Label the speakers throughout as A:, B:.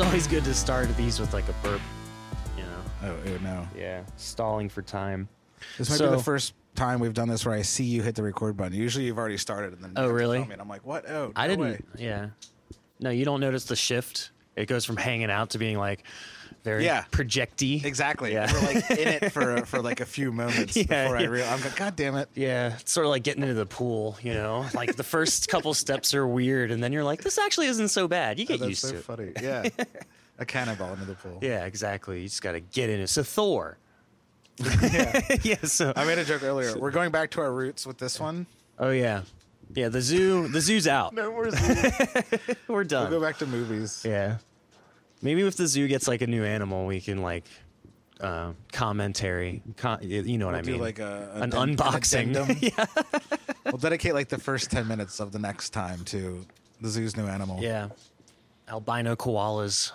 A: always good to start these with like a burp. You know.
B: Oh, ew, no.
A: Yeah. Stalling for time.
B: This might be
A: So-
B: the first time we've done this where I see you hit the record button. Usually you've already started and then you
A: Oh,
B: have to
A: really?
B: tell me, and I'm like, what? Oh,
A: I
B: no
A: didn't.
B: way.
A: Yeah. No, you don't notice the shift. It goes from hanging out to being like very
B: Yeah.
A: projecty.
B: Exactly.
A: Yeah.
B: We're like in it for for like a few moments
A: Yeah,
B: before I
A: yeah.
B: real. I'm like, God damn it.
A: Yeah, it's sort of like getting into the pool, you know? Like the first couple steps are weird, and then you're like, this actually isn't so bad. You
B: Oh,
A: get
B: that's
A: used
B: so
A: to it.
B: funny. Yeah. a cannonball into the pool.
A: Yeah, exactly. You just got to get in it. So, Thor. yeah. so.
B: I made a joke earlier. We're going back to our roots with this one.
A: oh, yeah. Yeah, the zoo, the zoo's out.
B: No more zoo.
A: We're done.
B: Go back to movies.
A: Yeah. Maybe if the zoo gets like a new animal, we can like uh, commentary. Com- you know what I
B: Do
A: mean?
B: like a, a
A: an
B: den- an
A: unboxing.
B: addendum. We'll dedicate like the first ten minutes of the next time to the zoo's new animal.
A: yeah. Albino koalas.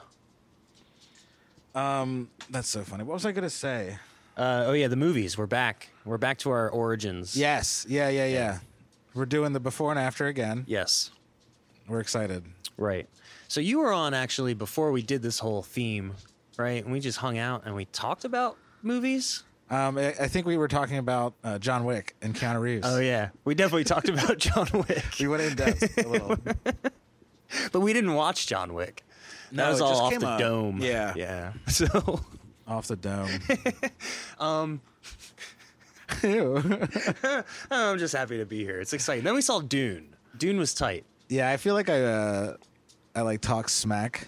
B: Um, that's so funny. What was I gonna say?
A: Uh, oh yeah, the movies. We're back. We're back to our origins.
B: Yes. Yeah. Yeah. Yeah. We're doing the before and after again.
A: Yes.
B: We're excited.
A: Right. So you were on actually before we did this whole theme, right? And we just hung out and we talked about movies.
B: Um, I, I think we were talking about uh, John Wick and Keanu Reeves.
A: Oh yeah, we definitely talked about John Wick,
B: We went in depth a little.
A: but we didn't watch John Wick.
B: No,
A: that was
B: it
A: all
B: just
A: off
B: came
A: the
B: up.
A: dome.
B: Yeah.
A: Yeah. So
B: Off the dome. um. Ew.
A: I'm just happy to be here. It's exciting. Then we saw Dune. Dune was tight.
B: Yeah, I feel like I, uh, I like talk smack.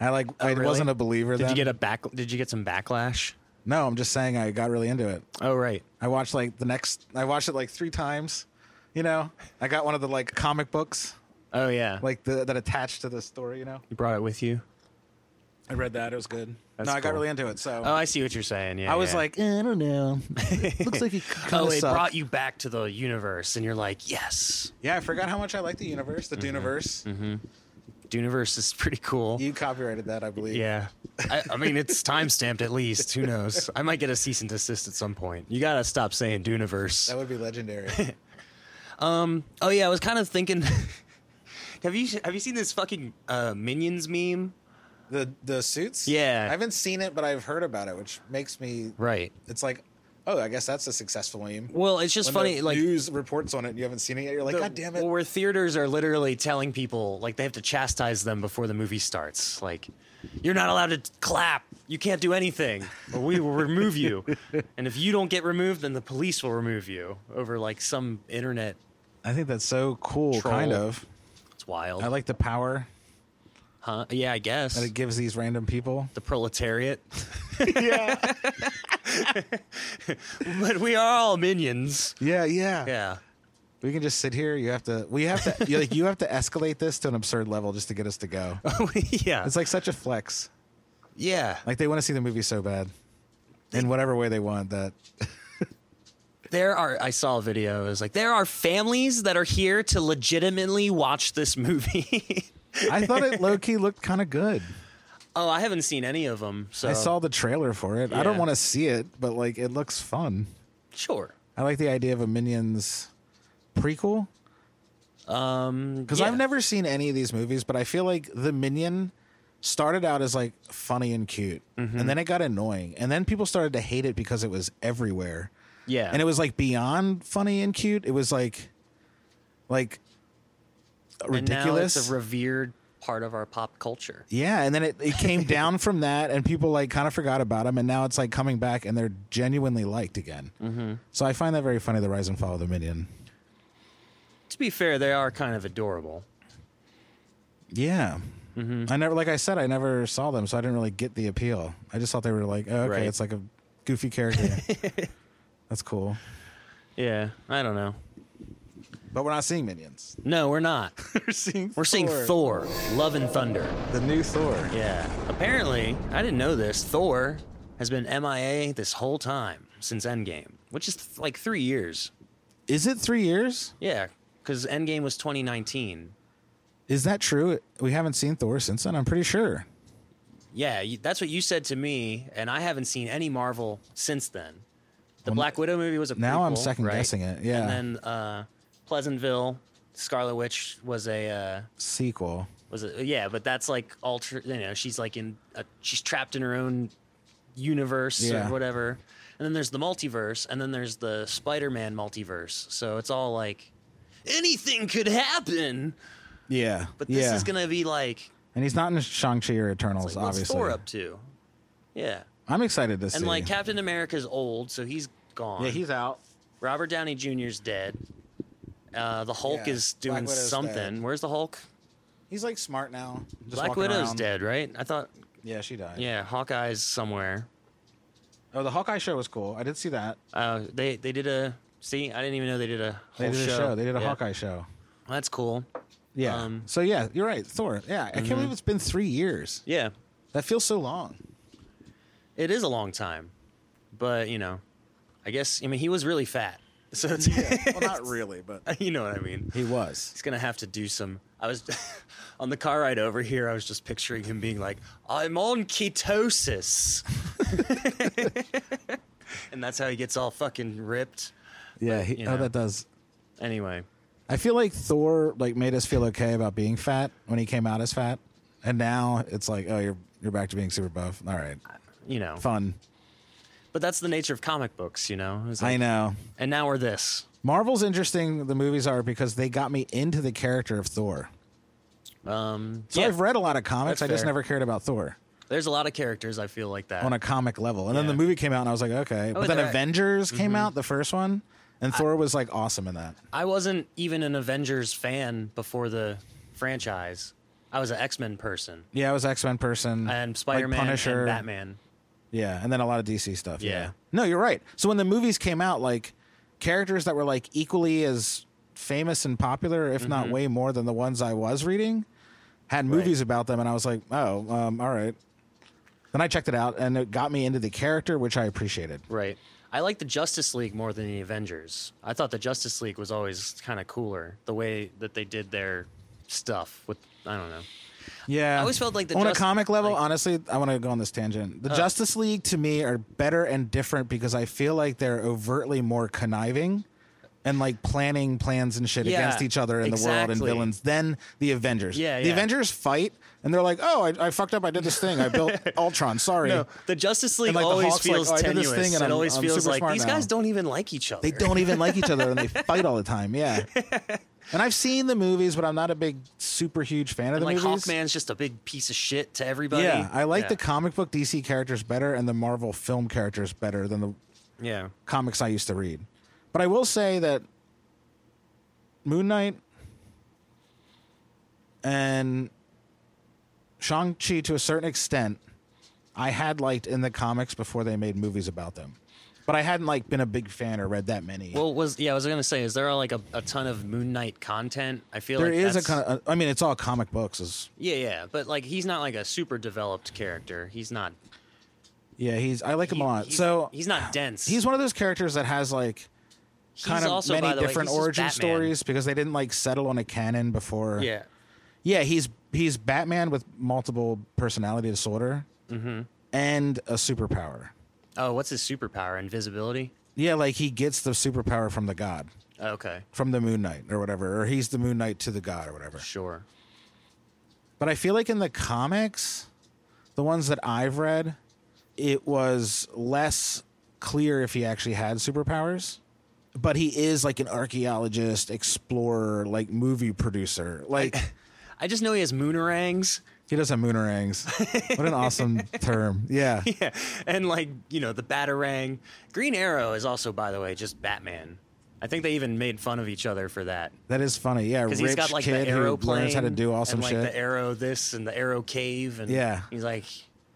B: I like. I
A: Oh, really?
B: wasn't a believer.
A: Did
B: then.
A: you get a back? Did you get some backlash?
B: No, I'm just saying I got really into it.
A: Oh right.
B: I watched like the next. I watched it like three times. You know, I got one of the like comic books
A: Oh yeah.
B: like the, that attached to the story. You know,
A: you brought it with you.
B: I read that. It was good.
A: That's
B: no, I got
A: cool.
B: really into it. So
A: Oh, I see what you're saying. Yeah.
B: I was
A: yeah.
B: like, eh, I don't know. Looks like it kind
A: oh,
B: of
A: it
B: sucked.
A: brought you back to the universe, and you're like, yes,
B: Yeah, I forgot how much I like the universe.
A: Mm-hmm.
B: The Duneverse.
A: Duneverse is pretty cool.
B: You copyrighted that, I believe.
A: yeah. I, I mean, it's time stamped at least. Who knows? I might get a cease and desist at some point. You gotta stop saying Duneverse.
B: That would be legendary.
A: Oh yeah, I was kind of thinking. have you have you seen this fucking uh, Minions meme?
B: the the suits.
A: Yeah.
B: I haven't seen it, but I've heard about it, which makes me.
A: Right.
B: It's like, oh, I guess that's a successful meme.
A: Well, it's just
B: When
A: funny.
B: the
A: Like
B: news reports on it, and you haven't seen it yet. You're like,
A: the-
B: god damn it.
A: Well, where theaters are literally telling people like they have to chastise them before the movie starts. Like, you're not allowed to t- clap. You can't do anything, or we will remove you. And if you don't get removed, then the police will remove you over like some internet.
B: I think that's so cool.
A: Troll.
B: Kind of.
A: It's wild,
B: I like the power
A: huh? Uh, Yeah, I guess
B: that it gives these random people.
A: the proletariat.
B: yeah.
A: but we are all minions.
B: Yeah. Yeah.
A: Yeah.
B: We can just sit here. You have to. We have to. you like. You have to escalate this to an absurd level just to get us to go.
A: yeah.
B: It's like such a flex.
A: yeah.
B: Like they want to see the movie so bad, in whatever way they want. That
A: there are i saw a video it was like there are families that are here to legitimately watch this movie
B: I thought it low key looked kind of good.
A: oh i haven't seen any of them so
B: I saw the trailer for it. I
A: Um, Yeah.
B: don't want to see it, but like it looks fun.
A: sure
B: I like the idea of a Minions prequel
A: um
B: because
A: yeah.
B: Mm, I've never seen any of these movies, but I feel like the Minion started out as like funny and cute,
A: Mm-hmm.
B: and then it got annoying, and then people started to hate it because it was everywhere.
A: yeah
B: and it was like beyond funny and cute. It was like, like
A: And now
B: ridiculous.
A: it's a revered part of our pop culture
B: yeah, and then it, it came down from that, and people like kind of forgot about them, and now it's like coming back, and they're genuinely liked again. Mm-hmm. So I find that very funny. The rise and fall of the minion.
A: to be fair they are kind of adorable
B: Yeah. I never, like I said, I never saw them, so I didn't really get the appeal. I just thought they were like, oh, okay,
A: Right.
B: it's like a goofy character. That's cool.
A: yeah i don't know
B: But we're not seeing minions.
A: no we're not
B: we're seeing
A: we're seeing thor love and thunder
B: the new Thor.
A: yeah apparently i didn't know this thor has been mia this whole time since endgame which is like three years
B: Is it three years?
A: Yeah, because Endgame was 2019.
B: Is that true? We haven't seen Thor since then. I'm pretty sure.
A: Yeah, you, that's what you said to me, and I haven't seen any Marvel since then. The Black Widow movie was a
B: now I'm
A: prequel,
B: second
A: right?
B: guessing it, yeah.
A: and then uh, Pleasantville, Scarlet Witch was a uh,
B: Sequel.
A: was it? Yeah, but that's like ultra. You know, she's like in a, she's trapped in her own universe
B: Yeah.
A: or whatever. And then there's the multiverse, and then there's the Spider-Man multiverse. So it's all like anything could happen.
B: Yeah.
A: But this
B: yeah.
A: is gonna be like,
B: And he's not in Shang-Chi or Eternals,
A: like what's
B: obviously.
A: Thor up to? Yeah,
B: I'm excited to see.
A: and like Captain America's old, so he's gone.
B: yeah, he's out.
A: Robert Downey Jr.'s dead. Uh, the Hulk
B: Yeah,
A: is
B: Black
A: doing
B: Widow's
A: something.
B: dead.
A: Where's the Hulk?
B: He's like smart now. just
A: Black
B: walking
A: Widow's
B: around.
A: dead, right? I thought.
B: Yeah, she died.
A: Yeah, Hawkeye's somewhere.
B: Oh, the Hawkeye show was cool. I did see that.
A: Uh, they they did a see. I didn't even know they did a
B: They
A: whole
B: did a show. They did a
A: Yeah.
B: Hawkeye show.
A: That's cool.
B: Yeah.
A: Um, Mm-hmm.
B: so yeah, you're right. Thor. Yeah, I can't believe it's been three years.
A: Yeah,
B: That feels so long.
A: it is a long time, but you know, I guess I mean he was really fat, so it's,
B: Well, not really, but
A: you know what I mean.
B: he was.
A: He's gonna have to do some. I was on the car ride over here. I was just picturing him being like, "I'm on ketosis," and that's how he gets all fucking ripped.
B: Yeah. He,
A: you
B: Oh,
A: know.
B: that does.
A: Anyway,
B: I feel like Thor like made us feel okay about being fat when he came out as fat, and now it's like, oh, you're you're back to being super buff. All right,
A: you know,
B: fun.
A: but that's the nature of comic books, you know. It's
B: I
A: like,
B: know.
A: And now we're this.
B: Marvel's interesting. The movies are because they got me into the character of Thor.
A: Um,
B: So
A: yeah,
B: I've read a lot of comics.
A: That's
B: I just
A: fair.
B: never cared about Thor
A: there's a lot of characters I feel like that.
B: on a comic level. And then
A: Yeah. Oh,
B: the movie came out, and I was like, okay. but then
A: they're-
B: Avengers
A: Mm-hmm.
B: came out, the first one, and Thor was like awesome in that.
A: I wasn't even an Avengers fan before the franchise. I was an X Men person
B: Yeah, I was X Men person
A: and
B: like
A: Spider Man
B: Punisher,
A: and Batman.
B: Yeah, and then a lot of DC stuff. Yeah.
A: Yeah.
B: No, you're right. So when the movies came out, like characters that were like equally as famous and popular, if not way more than the ones I was reading, had movies about them, and I was like, oh, um, all right. Then I checked it out, and it got me into the character, which I appreciated.
A: Right. I like the Justice League more than the Avengers. I thought the Justice League was always kind of cooler, the way that they did their stuff with I don't know.
B: Yeah, I
A: always felt like the
B: on
A: Jus-
B: a comic level.
A: like-
B: honestly, I want to go on this tangent. The Justice League to me are better and different because I feel like they're overtly more conniving and like planning plans and shit
A: Yeah,
B: against each other in the world and
A: exactly.
B: villains than the Avengers.
A: Yeah,
B: the
A: yeah.
B: Avengers fight and they're like, "Oh, I, I fucked up. I did this thing. I built Ultron. Sorry."
A: The Justice League
B: like, the
A: always
B: Hawk's like,
A: feels
B: "Oh, I did this
A: tenuous.
B: thing and
A: it
B: I'm-
A: always
B: I'm
A: feels
B: super
A: like
B: smart
A: these
B: now."
A: guys don't even like each other.
B: They don't even like each other and they fight all the time. Yeah. And I've seen the movies, but I'm not a big, super huge fan of the
A: like
B: movies.
A: Hawkman's just a big piece of shit to everybody.
B: Yeah, I like
A: yeah.
B: the comic book DC characters better and the Marvel film characters better than the
A: yeah.
B: comics I used to read. But I will say that Moon Knight and Shang-Chi to a certain extent I had liked in the comics before they made movies about them. But I hadn't like been a big fan or read that many.
A: Well, was yeah, I was gonna say, is there like a, a ton of Moon Knight content? I feel
B: there
A: like
B: is
A: that's,
B: a kind of I mean it's all comic books is
A: yeah, yeah, but like he's not like a super developed character. He's not.
B: yeah, he's I like him a
A: he-
B: lot.
A: he's-
B: so
A: he's not dense.
B: he's one of those characters that has like
A: He's
B: kind of
A: also, by
B: many
A: the way,
B: different
A: he's just
B: origin
A: Batman.
B: stories because they didn't like settle on a canon before.
A: Yeah,
B: yeah, he's he's Batman with multiple personality disorder
A: Mm-hmm.
B: and a superpower.
A: Oh, what's his superpower? Invisibility?
B: Yeah, like he gets the superpower from the god,
A: Okay,
B: from the Moon Knight or whatever, or he's the Moon Knight to the god or whatever.
A: sure.
B: But I feel like in the comics, the ones that I've read, it was less clear if he actually had superpowers. But he is like an archaeologist, explorer, like movie producer. Like
A: I just know he has moonerangs.
B: he does have moonerangs. What an awesome term. Yeah.
A: Yeah, and like you know the batarang. Green Arrow is also, by the way, just Batman. I think they even made fun of each other for that
B: That is funny. Yeah. Rich
A: because he's got like
B: kid
A: the arrow
B: who learns how to do awesome
A: and, like,
B: shit.
A: The arrow this and the arrow cave and
B: Yeah.
A: he's like,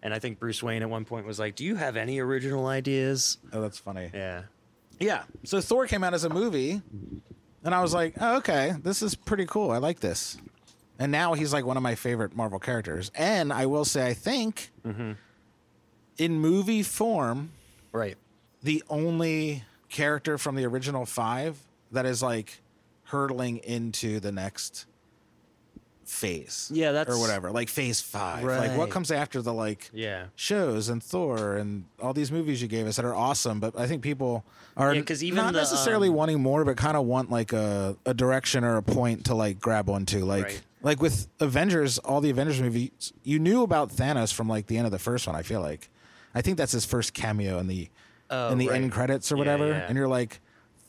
A: and I think Bruce Wayne at one point was like, "Do you have any original ideas?"
B: oh, that's funny.
A: Yeah,
B: Yeah. So Thor came out as a movie, and I was like, oh, okay, this is pretty cool. I like this. And now he's like one of my favorite Marvel characters. And I will say, I think
A: Mm-hmm.
B: in movie form,
A: right.
B: the only character from the original five that is like hurtling into the next phase.
A: Yeah, that's-
B: or whatever. Like phase five. Like what
A: Right.
B: comes after the like
A: Yeah.
B: shows and Thor and all these movies you gave us that are awesome, but I think people are
A: Yeah, 'cause even
B: not
A: the,
B: necessarily
A: um,
B: wanting more, but kind of want like a, a direction or a point to like grab onto. Like
A: Right.
B: like with Avengers, all the Avengers movies, you knew about Thanos from like the end of the first one. I feel like, I think that's his first cameo in the
A: Oh,
B: in the
A: right.
B: end credits or whatever,
A: yeah.
B: and you're like,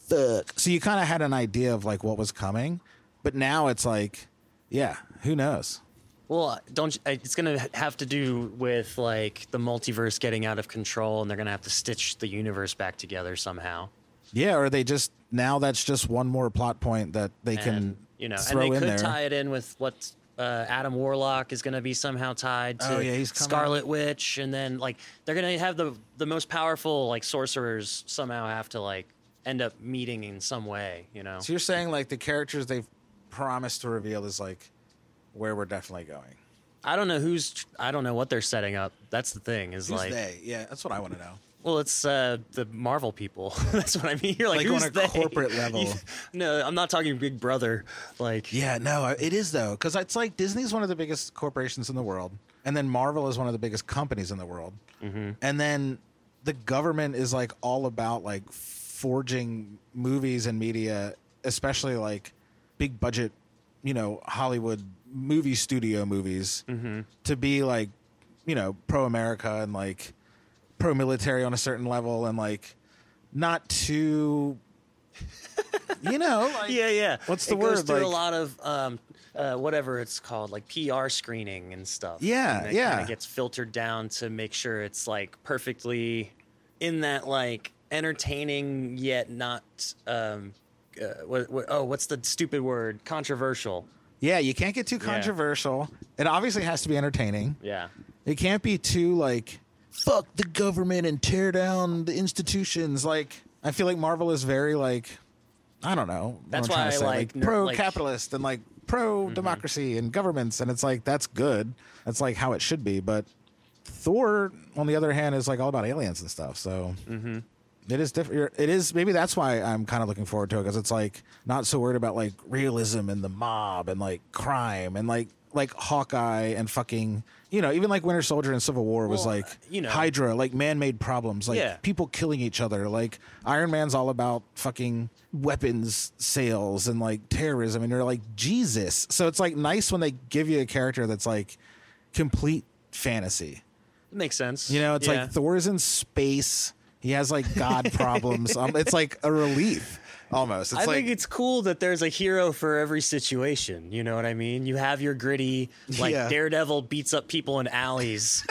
B: fuck. So you kind of had an idea of like what was coming, but now it's like, yeah, who knows?
A: Well, don't you- it's going to have to do with like the multiverse getting out of control, and they're going to have to stitch the universe back together somehow.
B: Yeah, or they just now that's just one more plot point that they can
A: and you know,
B: throw
A: and they
B: in
A: could
B: there.
A: tie it in with what uh, Adam Warlock is going to be somehow tied to
B: Oh, yeah, he's coming.
A: Scarlet Witch, and then like they're going to have the the most powerful like sorcerers somehow have to like end up meeting in some way, you know.
B: so you're saying like the characters they've promised to reveal is like where we're definitely going.
A: I don't know who's I don't know what they're setting up. That's the thing is
B: Who's
A: like
B: they? Yeah, that's what I want to know.
A: well, it's uh, the Marvel people. That's what I mean. You're like,
B: Like, on
A: who's
B: a
A: they?
B: corporate level.
A: You- no, I'm not talking Big Brother. Like
B: Yeah, no, I- it is though, because it's like Disney's one of the biggest corporations in the world, and then Marvel is one of the biggest companies in the world, and then the government is like all about like forging movies and media, especially like big budget, you know, Hollywood movie studio movies, to be like, you know, pro America and like pro military on a certain level, and like not too. You know, like,
A: yeah, yeah.
B: What's the
A: it Goes
B: word,
A: through a
B: like-
A: lot of um, uh, whatever it's called, like PR screening and stuff.
B: Yeah,
A: and
B: yeah.
A: Kind of gets filtered down to make sure it's like perfectly in that like entertaining yet not. Um, uh, what, what, oh, what's the stupid word? Controversial.
B: Yeah, you can't get too controversial. It obviously has to be entertaining.
A: Yeah.
B: It can't be too like fuck the government and tear down the institutions. Like I feel like Marvel is very like I don't know. what
A: That's
B: I'm trying
A: why
B: to
A: I
B: say,
A: like ner-
B: pro
A: like- Mm-hmm.
B: capitalist and like pro democracy and governments and it's like that's good. That's like how it should be, but Thor on the other hand is like all about aliens and stuff. So it is different. It is maybe that's why I'm kind of looking forward to it because it's like not so worried about like realism and the mob and like crime and like like Hawkeye and fucking you know even like Winter Soldier and Civil War was
A: Well,
B: like
A: uh, you know.
B: Hydra like man-made problems like
A: Yeah.
B: people killing each other like Iron Man's all about fucking weapons sales and like terrorism and you're like Jesus so it's like nice when they give you a character that's like complete fantasy
A: It makes sense.
B: you know, it's
A: Yeah.
B: like Thor is in space. He has like God problems. Um, it's like a relief almost. It's
A: I
B: like
A: think it's cool that there's a hero for every situation. You know what I mean? You have your gritty, like
B: Yeah.
A: Daredevil beats up people in alleys,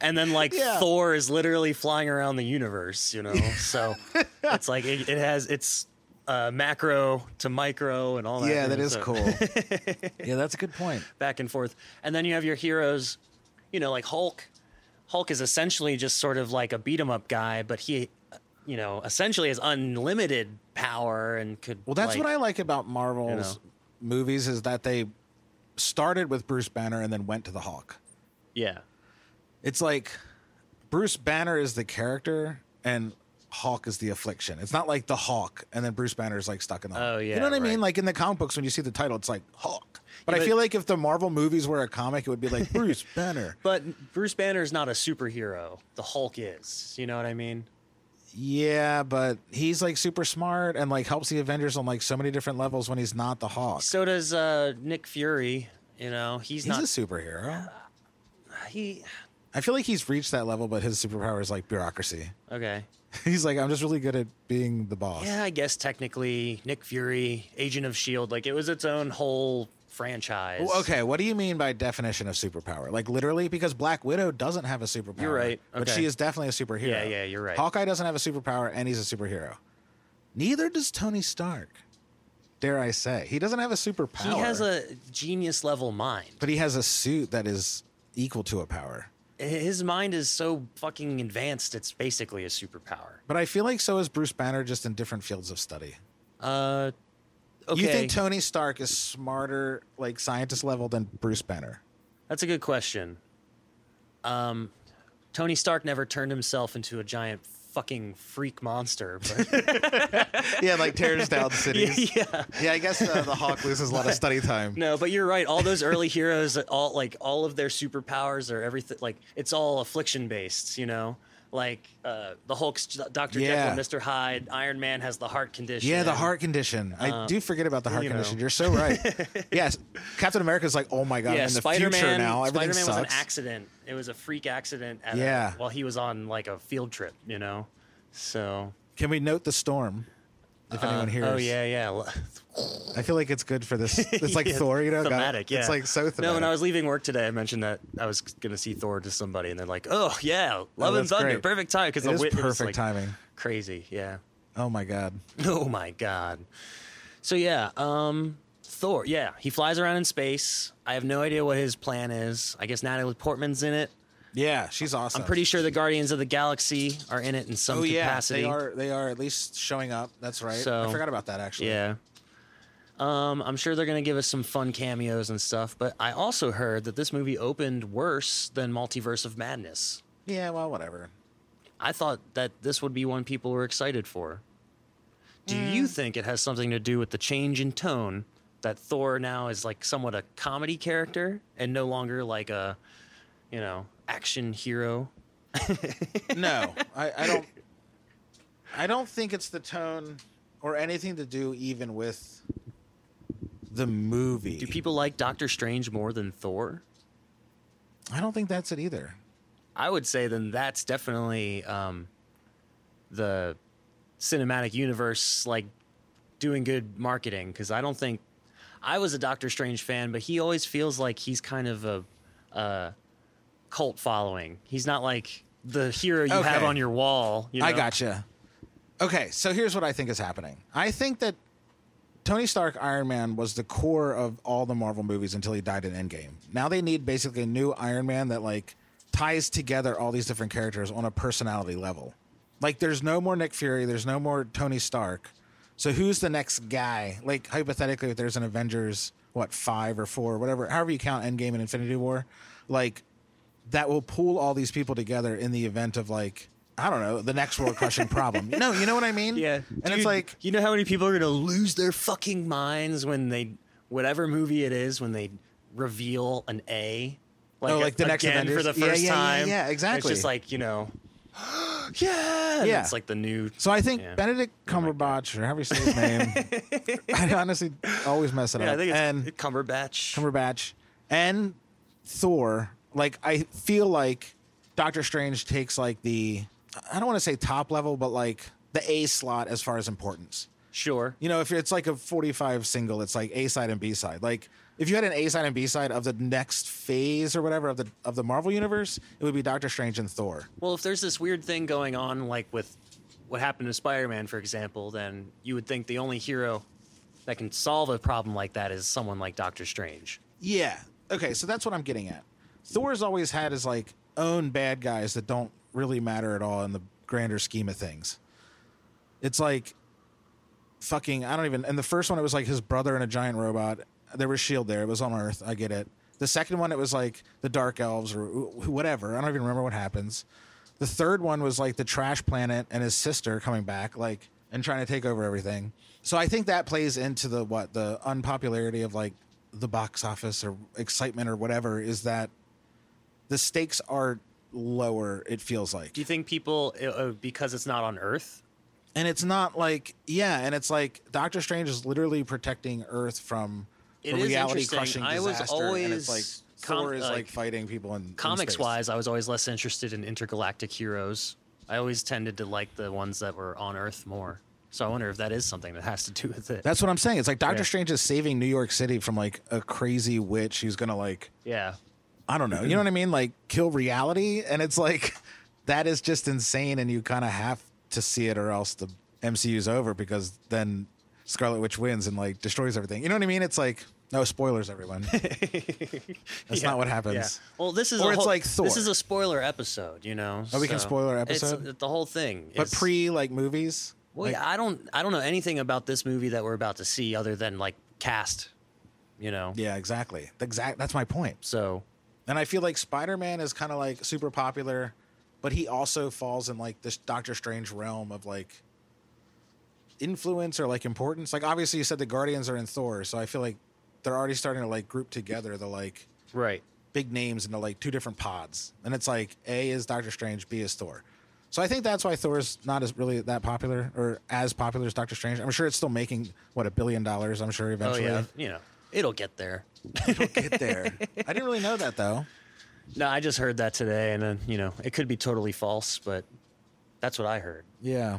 A: and then like
B: Yeah.
A: Thor is literally flying around the universe. You know, so it's like it, it has it's uh, macro to micro and all that.
B: yeah, that
A: you know,
B: is
A: so
B: cool. yeah, that's a good point.
A: Back and forth, and then you have your heroes. You know, like Hulk. Hulk is essentially just sort of like a beat 'em up guy, but he. You know, essentially has unlimited power and could.
B: Well, that's
A: like,
B: what I like about Marvel's movies is that they started with Bruce Banner and then went to the Hulk.
A: Yeah.
B: It's like Bruce Banner is the character and Hawk is the affliction. It's not like the Hawk and then Bruce Banner is like stuck in the. Hulk.
A: Oh,
B: you
A: yeah,
B: know what I mean?
A: right.
B: Like in the comic books, when you see the title, it's like Hawk. But, I
A: but-
B: feel like if the Marvel movies were a comic, it would be like Bruce Banner.
A: But Bruce Banner is not a superhero. The Hulk is. You know what I mean?
B: Yeah, but he's like super smart and like helps the Avengers on like so many different levels when he's not the Hawk.
A: So does uh, Nick Fury. You know, he's,
B: He's
A: not.
B: a superhero.
A: he
B: I feel like he's reached that level, but his superpower is like bureaucracy.
A: okay.
B: He's like, I'm just really good at being the boss.
A: Yeah, I guess technically Nick Fury, Agent of Shield, E like it was its own whole franchise.
B: Well, Okay, what do you mean by definition of superpower? Like literally, because Black Widow doesn't have a superpower.
A: You're right.
B: But
A: Okay.
B: she is definitely a superhero.
A: Yeah, yeah, you're right.
B: Hawkeye doesn't have a superpower, and he's a superhero. Neither does Tony Stark. Dare I say, he doesn't have a superpower.
A: He has a genius level mind.
B: but he has a suit that is equal to a power.
A: His mind is so fucking advanced. It's basically a superpower.
B: But I feel like so is Bruce Banner, just in different fields of study.
A: Uh, okay.
B: You think Tony Stark is smarter, like scientist level, than Bruce Banner?
A: That's a good question. Um, Tony Stark never turned himself into a giant fucking freak monster. But
B: Yeah, like tears down cities.
A: yeah.
B: I guess uh, the Hawk loses a lot of study time.
A: No, but you're right. All those early heroes, all like all of their superpowers are everything. Like it's all affliction based, you know. like uh, the Hulk's Doctor
B: Yeah.
A: Jekyll, Mister Hyde, Iron Man has the heart condition.
B: Yeah, the heart condition. I do forget about the heart
A: Uh, you know.
B: condition. You're so right. yes, Captain America's like, oh my god,
A: Yeah,
B: in the
A: Spider
B: future
A: Man.
B: now, everything
A: Spider Man was an
B: sucks.
A: accident. It was a freak accident. At
B: Yeah.
A: A, while he was on like a field trip, you know. So.
B: Can we note the storm? If anyone
A: uh,
B: hears,
A: Oh yeah, yeah.
B: I feel like it's good for this. It's like
A: Yeah,
B: Thor, you know, got-
A: thematic. Yeah,
B: it's like so thematic.
A: No, when I was leaving work today, I mentioned that I was going to see Thor to somebody, and they're like, "Oh yeah, Love and
B: that's
A: Thunder,
B: great.
A: perfect time because
B: It
A: the
B: is
A: wit- it was,
B: perfect
A: like,
B: timing.
A: crazy." Yeah.
B: Oh my god,
A: Oh my god. So yeah, um, Thor. Yeah, he flies around in space. I have no idea what his plan is. I guess Natalie Portman's in it.
B: yeah, she's awesome.
A: I'm pretty sure the Guardians of the Galaxy are in it in some
B: Oh yeah,
A: capacity.
B: they are. They are at least showing up. That's right. I
A: So-
B: forgot about that actually.
A: Yeah. Um, I'm sure they're going to give us some fun cameos and stuff, but I also heard that this movie opened worse than Multiverse of Madness.
B: Yeah. Well, whatever.
A: I thought that this would be one people were excited for. Do you think it has something to do with the change in tone that Thor now is like somewhat a comedy character and no longer like a, you know, action hero?
B: no, I, I don't. I don't think it's the tone or anything to do even with the movie.
A: Do people like Doctor Strange more than Thor?
B: I don't think that's it either.
A: I would say then that's definitely um, the cinematic universe like doing good marketing because I don't think I was a Doctor Strange fan, but he always feels like he's kind of a, a cult following. He's not like the hero you have
B: Okay.
A: on your wall. You know?
B: I gotcha. Okay, so here's what I think is happening. I think that Tony Stark Iron Man was the core of all the Marvel movies until he died in Endgame. Now they need basically a new Iron Man that like ties together all these different characters on a personality level. Like there's no more Nick Fury, there's no more Tony Stark. So who's the next guy? Like hypothetically if there's an Avengers what 5 or 4 whatever, however you count Endgame and Infinity War, like that will pull all these people together in the event of like I don't know the next world crushing problem. No, you know what I mean?
A: Yeah,
B: and
A: Dude,
B: it's like
A: you know how many people are gonna lose their fucking minds when they whatever movie it is when they reveal an A. Like,
B: Oh, like the next
A: again for
B: Avengers?
A: the
B: Yeah,
A: first
B: yeah, yeah,
A: time.
B: yeah,
A: And
B: exactly.
A: It's just like you know, yeah, and
B: Yeah.
A: It's like the new.
B: So I think
A: Yeah. Oh
B: Benedict Cumberbatch, or however you say his name, I honestly always mess it
A: Yeah,
B: up.
A: I think it's
B: and
A: Cumberbatch.
B: Cumberbatch and Thor, like I feel like Doctor Strange takes like the I don't want to say top level, but like the A slot as far as importance.
A: sure.
B: You know, if it's like a 45 single, it's like A side and B side. Like if you had an A side and B side of the next phase or whatever of the of the Marvel universe, it would be Doctor Strange and Thor.
A: Well, if there's this weird thing going on, like with what happened to Spider-Man, for example, then you would think the only hero that can solve a problem like that is someone like Doctor Strange.
B: Yeah. Okay, so that's what I'm getting at. Thor's always had his like own bad guys that don't really matter at all in the grander scheme of things. It's like fucking I don't even and the first one it was like his brother and a giant robot. There was Shield E there. It was on Earth. I get it. The second one it was like the Dark Elves or wh- whatever. I don't even remember what happens. The third one was like the trash planet and his sister coming back like and trying to take over everything. So I think that plays into the what the unpopularity of like the box office or excitement or whatever is that the stakes are lower it feels like.
A: Do you think people, uh, uh, because it's not on Earth,
B: And it's not like yeah, and it's like Doctor Strange is literally protecting Earth from
A: It
B: a
A: is
B: reality
A: interesting.
B: crushing
A: I
B: disaster.
A: was
B: and it's like
A: always com-
B: Thor is like,
A: like,
B: fighting people in in
A: comics
B: space.
A: wise, I was always less interested in intergalactic heroes. I always tended to like the ones that were on Earth more. So I wonder if that is something that has to do with it.
B: That's what I'm saying. It's like Doctor
A: Yeah.
B: Strange is saving New York City from like a crazy witch who's gonna like
A: yeah.
B: I don't know. You know what I mean? Like kill reality, and it's like that is just insane, and you kind of have to see it, or else the MCU's over because then Scarlet Witch wins and like destroys everything. You know what I mean? It's like no spoilers, everyone. That's not what happens.
A: Yeah. Well, this is a
B: Or it's
A: whole-
B: like Thor.
A: This is a spoiler episode, you know.
B: Oh, we can spoil our
A: it's-
B: episode?
A: the whole thing.
B: But
A: is-
B: pre like movies,
A: Well,
B: like,
A: yeah, I don't. I don't know anything about this movie that we're about to see other than like cast. You know.
B: yeah, exactly. Exact. That's my point.
A: So
B: And I feel like Spider Man is kind of like super popular, but he also falls in like this Doctor Strange realm of like influence or like importance. Like obviously you said the Guardians are in Thor, so I feel like they're already starting to like group together the like
A: right.
B: big names into like two different pods. And it's like A is Doctor Strange, B is Thor. So I think that's why Thor's not as really that popular or as popular as Doctor Strange. I'm sure it's still making what a billion dollars. I'm sure
A: Oh
B: eventually.
A: yeah, you know, it'll get there.
B: Get there. I didn't really know that though.
A: No, I just heard that today, and then you know, it could be totally false, but that's what I heard.
B: Yeah.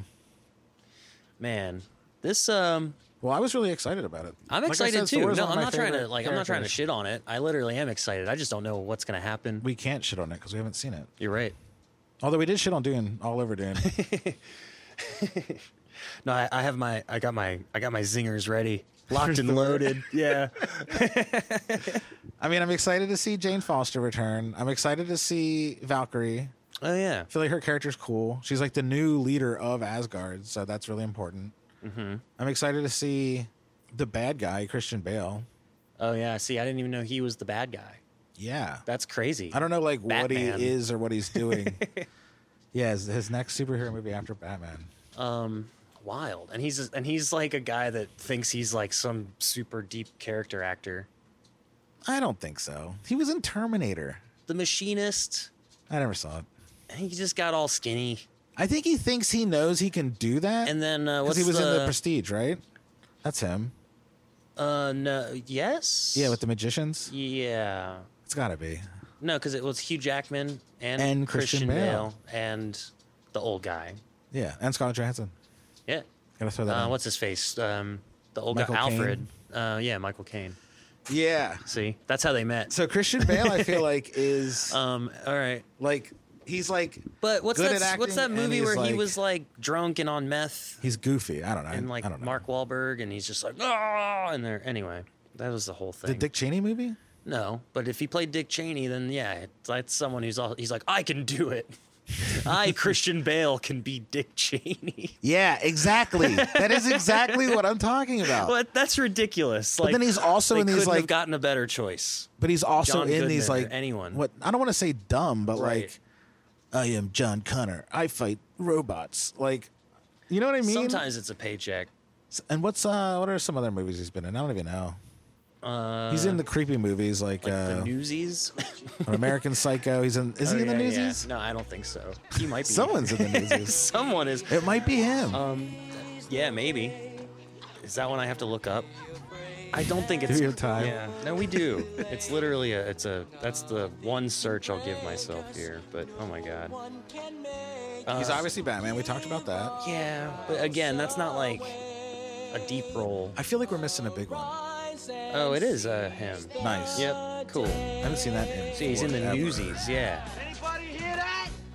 A: Man, this um,
B: Well, I was really excited about it.
A: I'm
B: Like I
A: excited
B: said,
A: too.
B: Thor's
A: No,
B: one of
A: I'm
B: my
A: not trying to
B: favorite
A: like. I'm not trying to
B: characters.
A: shit on it. I literally am excited. I just don't know what's gonna happen.
B: We can't shit on it because we haven't seen it.
A: You're right.
B: Although we did shit on Dune, all over Dune.
A: No, I, I have my. I got my. I got my zingers ready, locked and loaded. Yeah.
B: I mean, I'm excited to see Jane Foster return. I'm excited to see Valkyrie.
A: Oh yeah.
B: I feel like her character's cool. She's like the new leader of Asgard, so that's really important.
A: Mm-hmm.
B: I'm excited to see the bad guy, Christian Bale.
A: Oh yeah. See, I didn't even know he was the bad guy.
B: Yeah.
A: That's crazy.
B: I don't know like what
A: Batman.
B: he is or what he's doing. yeah, his, his next superhero movie after Batman.
A: wild and he's and he's like a guy that thinks he's like some super deep character actor
B: I don't think so. He was in Terminator.
A: the machinist
B: I never saw it.
A: and he just got all skinny
B: I think he thinks he knows he can do that.
A: and then uh what's
B: because he was in
A: the,
B: the Prestige, right? That's him.
A: uh no yes
B: Yeah, with the magicians.
A: yeah
B: It's gotta be.
A: no because it was hugh jackman and,
B: And Christian Bale.
A: and the old guy
B: Yeah, and Scarlett Johansson.
A: yeah
B: Gotta throw that.
A: uh
B: in.
A: what's his face um the old
B: Michael
A: guy
B: Caine.
A: alfred uh yeah michael caine
B: Yeah.
A: see that's how they met
B: So Christian Bale, I feel like is
A: um all right
B: like he's like
A: but what's
B: good
A: that
B: at
A: what's
B: acting,
A: that
B: and
A: movie
B: he's
A: where he
B: like-
A: was like drunk and on meth
B: he's goofy. I don't know.
A: and
B: I
A: like
B: don't know.
A: Mark Wahlberg, and he's just like, ah, and there. Anyway, that was the whole
B: the
A: thing.
B: Dick Cheney movie.
A: no, but if he played Dick Cheney, then yeah, that's someone who's all, he's like, I can do it. I Christian Bale can be Dick Cheney.
B: Yeah, exactly. that is exactly what I'm talking about.
A: but that's ridiculous. Like,
B: then he's also
A: they
B: in these,
A: couldn't
B: like-
A: have gotten a better choice.
B: But he's also
A: John
B: in
A: Goodman
B: these
A: or
B: like
A: anyone.
B: What I don't want to say dumb, but
A: Right.
B: like I am John Connor. I fight robots. Like you know what I mean?
A: Sometimes it's a paycheck.
B: And what's uh what are some other movies he's been in? I don't even know.
A: Uh,
B: He's in the creepy movies like,
A: like
B: uh,
A: the Newsies. Oh,
B: American Psycho. He's in. Is he in the
A: Yeah, yeah.
B: Newsies?
A: No, I don't think so. He might be.
B: Someone's in the Newsies.
A: Someone is.
B: it might be him.
A: Um, yeah, maybe. Is that one I have to look up? I don't think it's
B: Do we have time?
A: Yeah, no, we do. it's literally a. It's a. That's the one search I'll give myself here. But oh my god. Uh,
B: he's obviously Batman. We talked about that.
A: yeah, but again, that's not like a deep role.
B: I feel like we're missing a big one.
A: Oh, it is uh, him.
B: Nice.
A: Yep. Cool.
B: I haven't seen that. In
A: See, he's in the
B: forever.
A: Newsies. Yeah.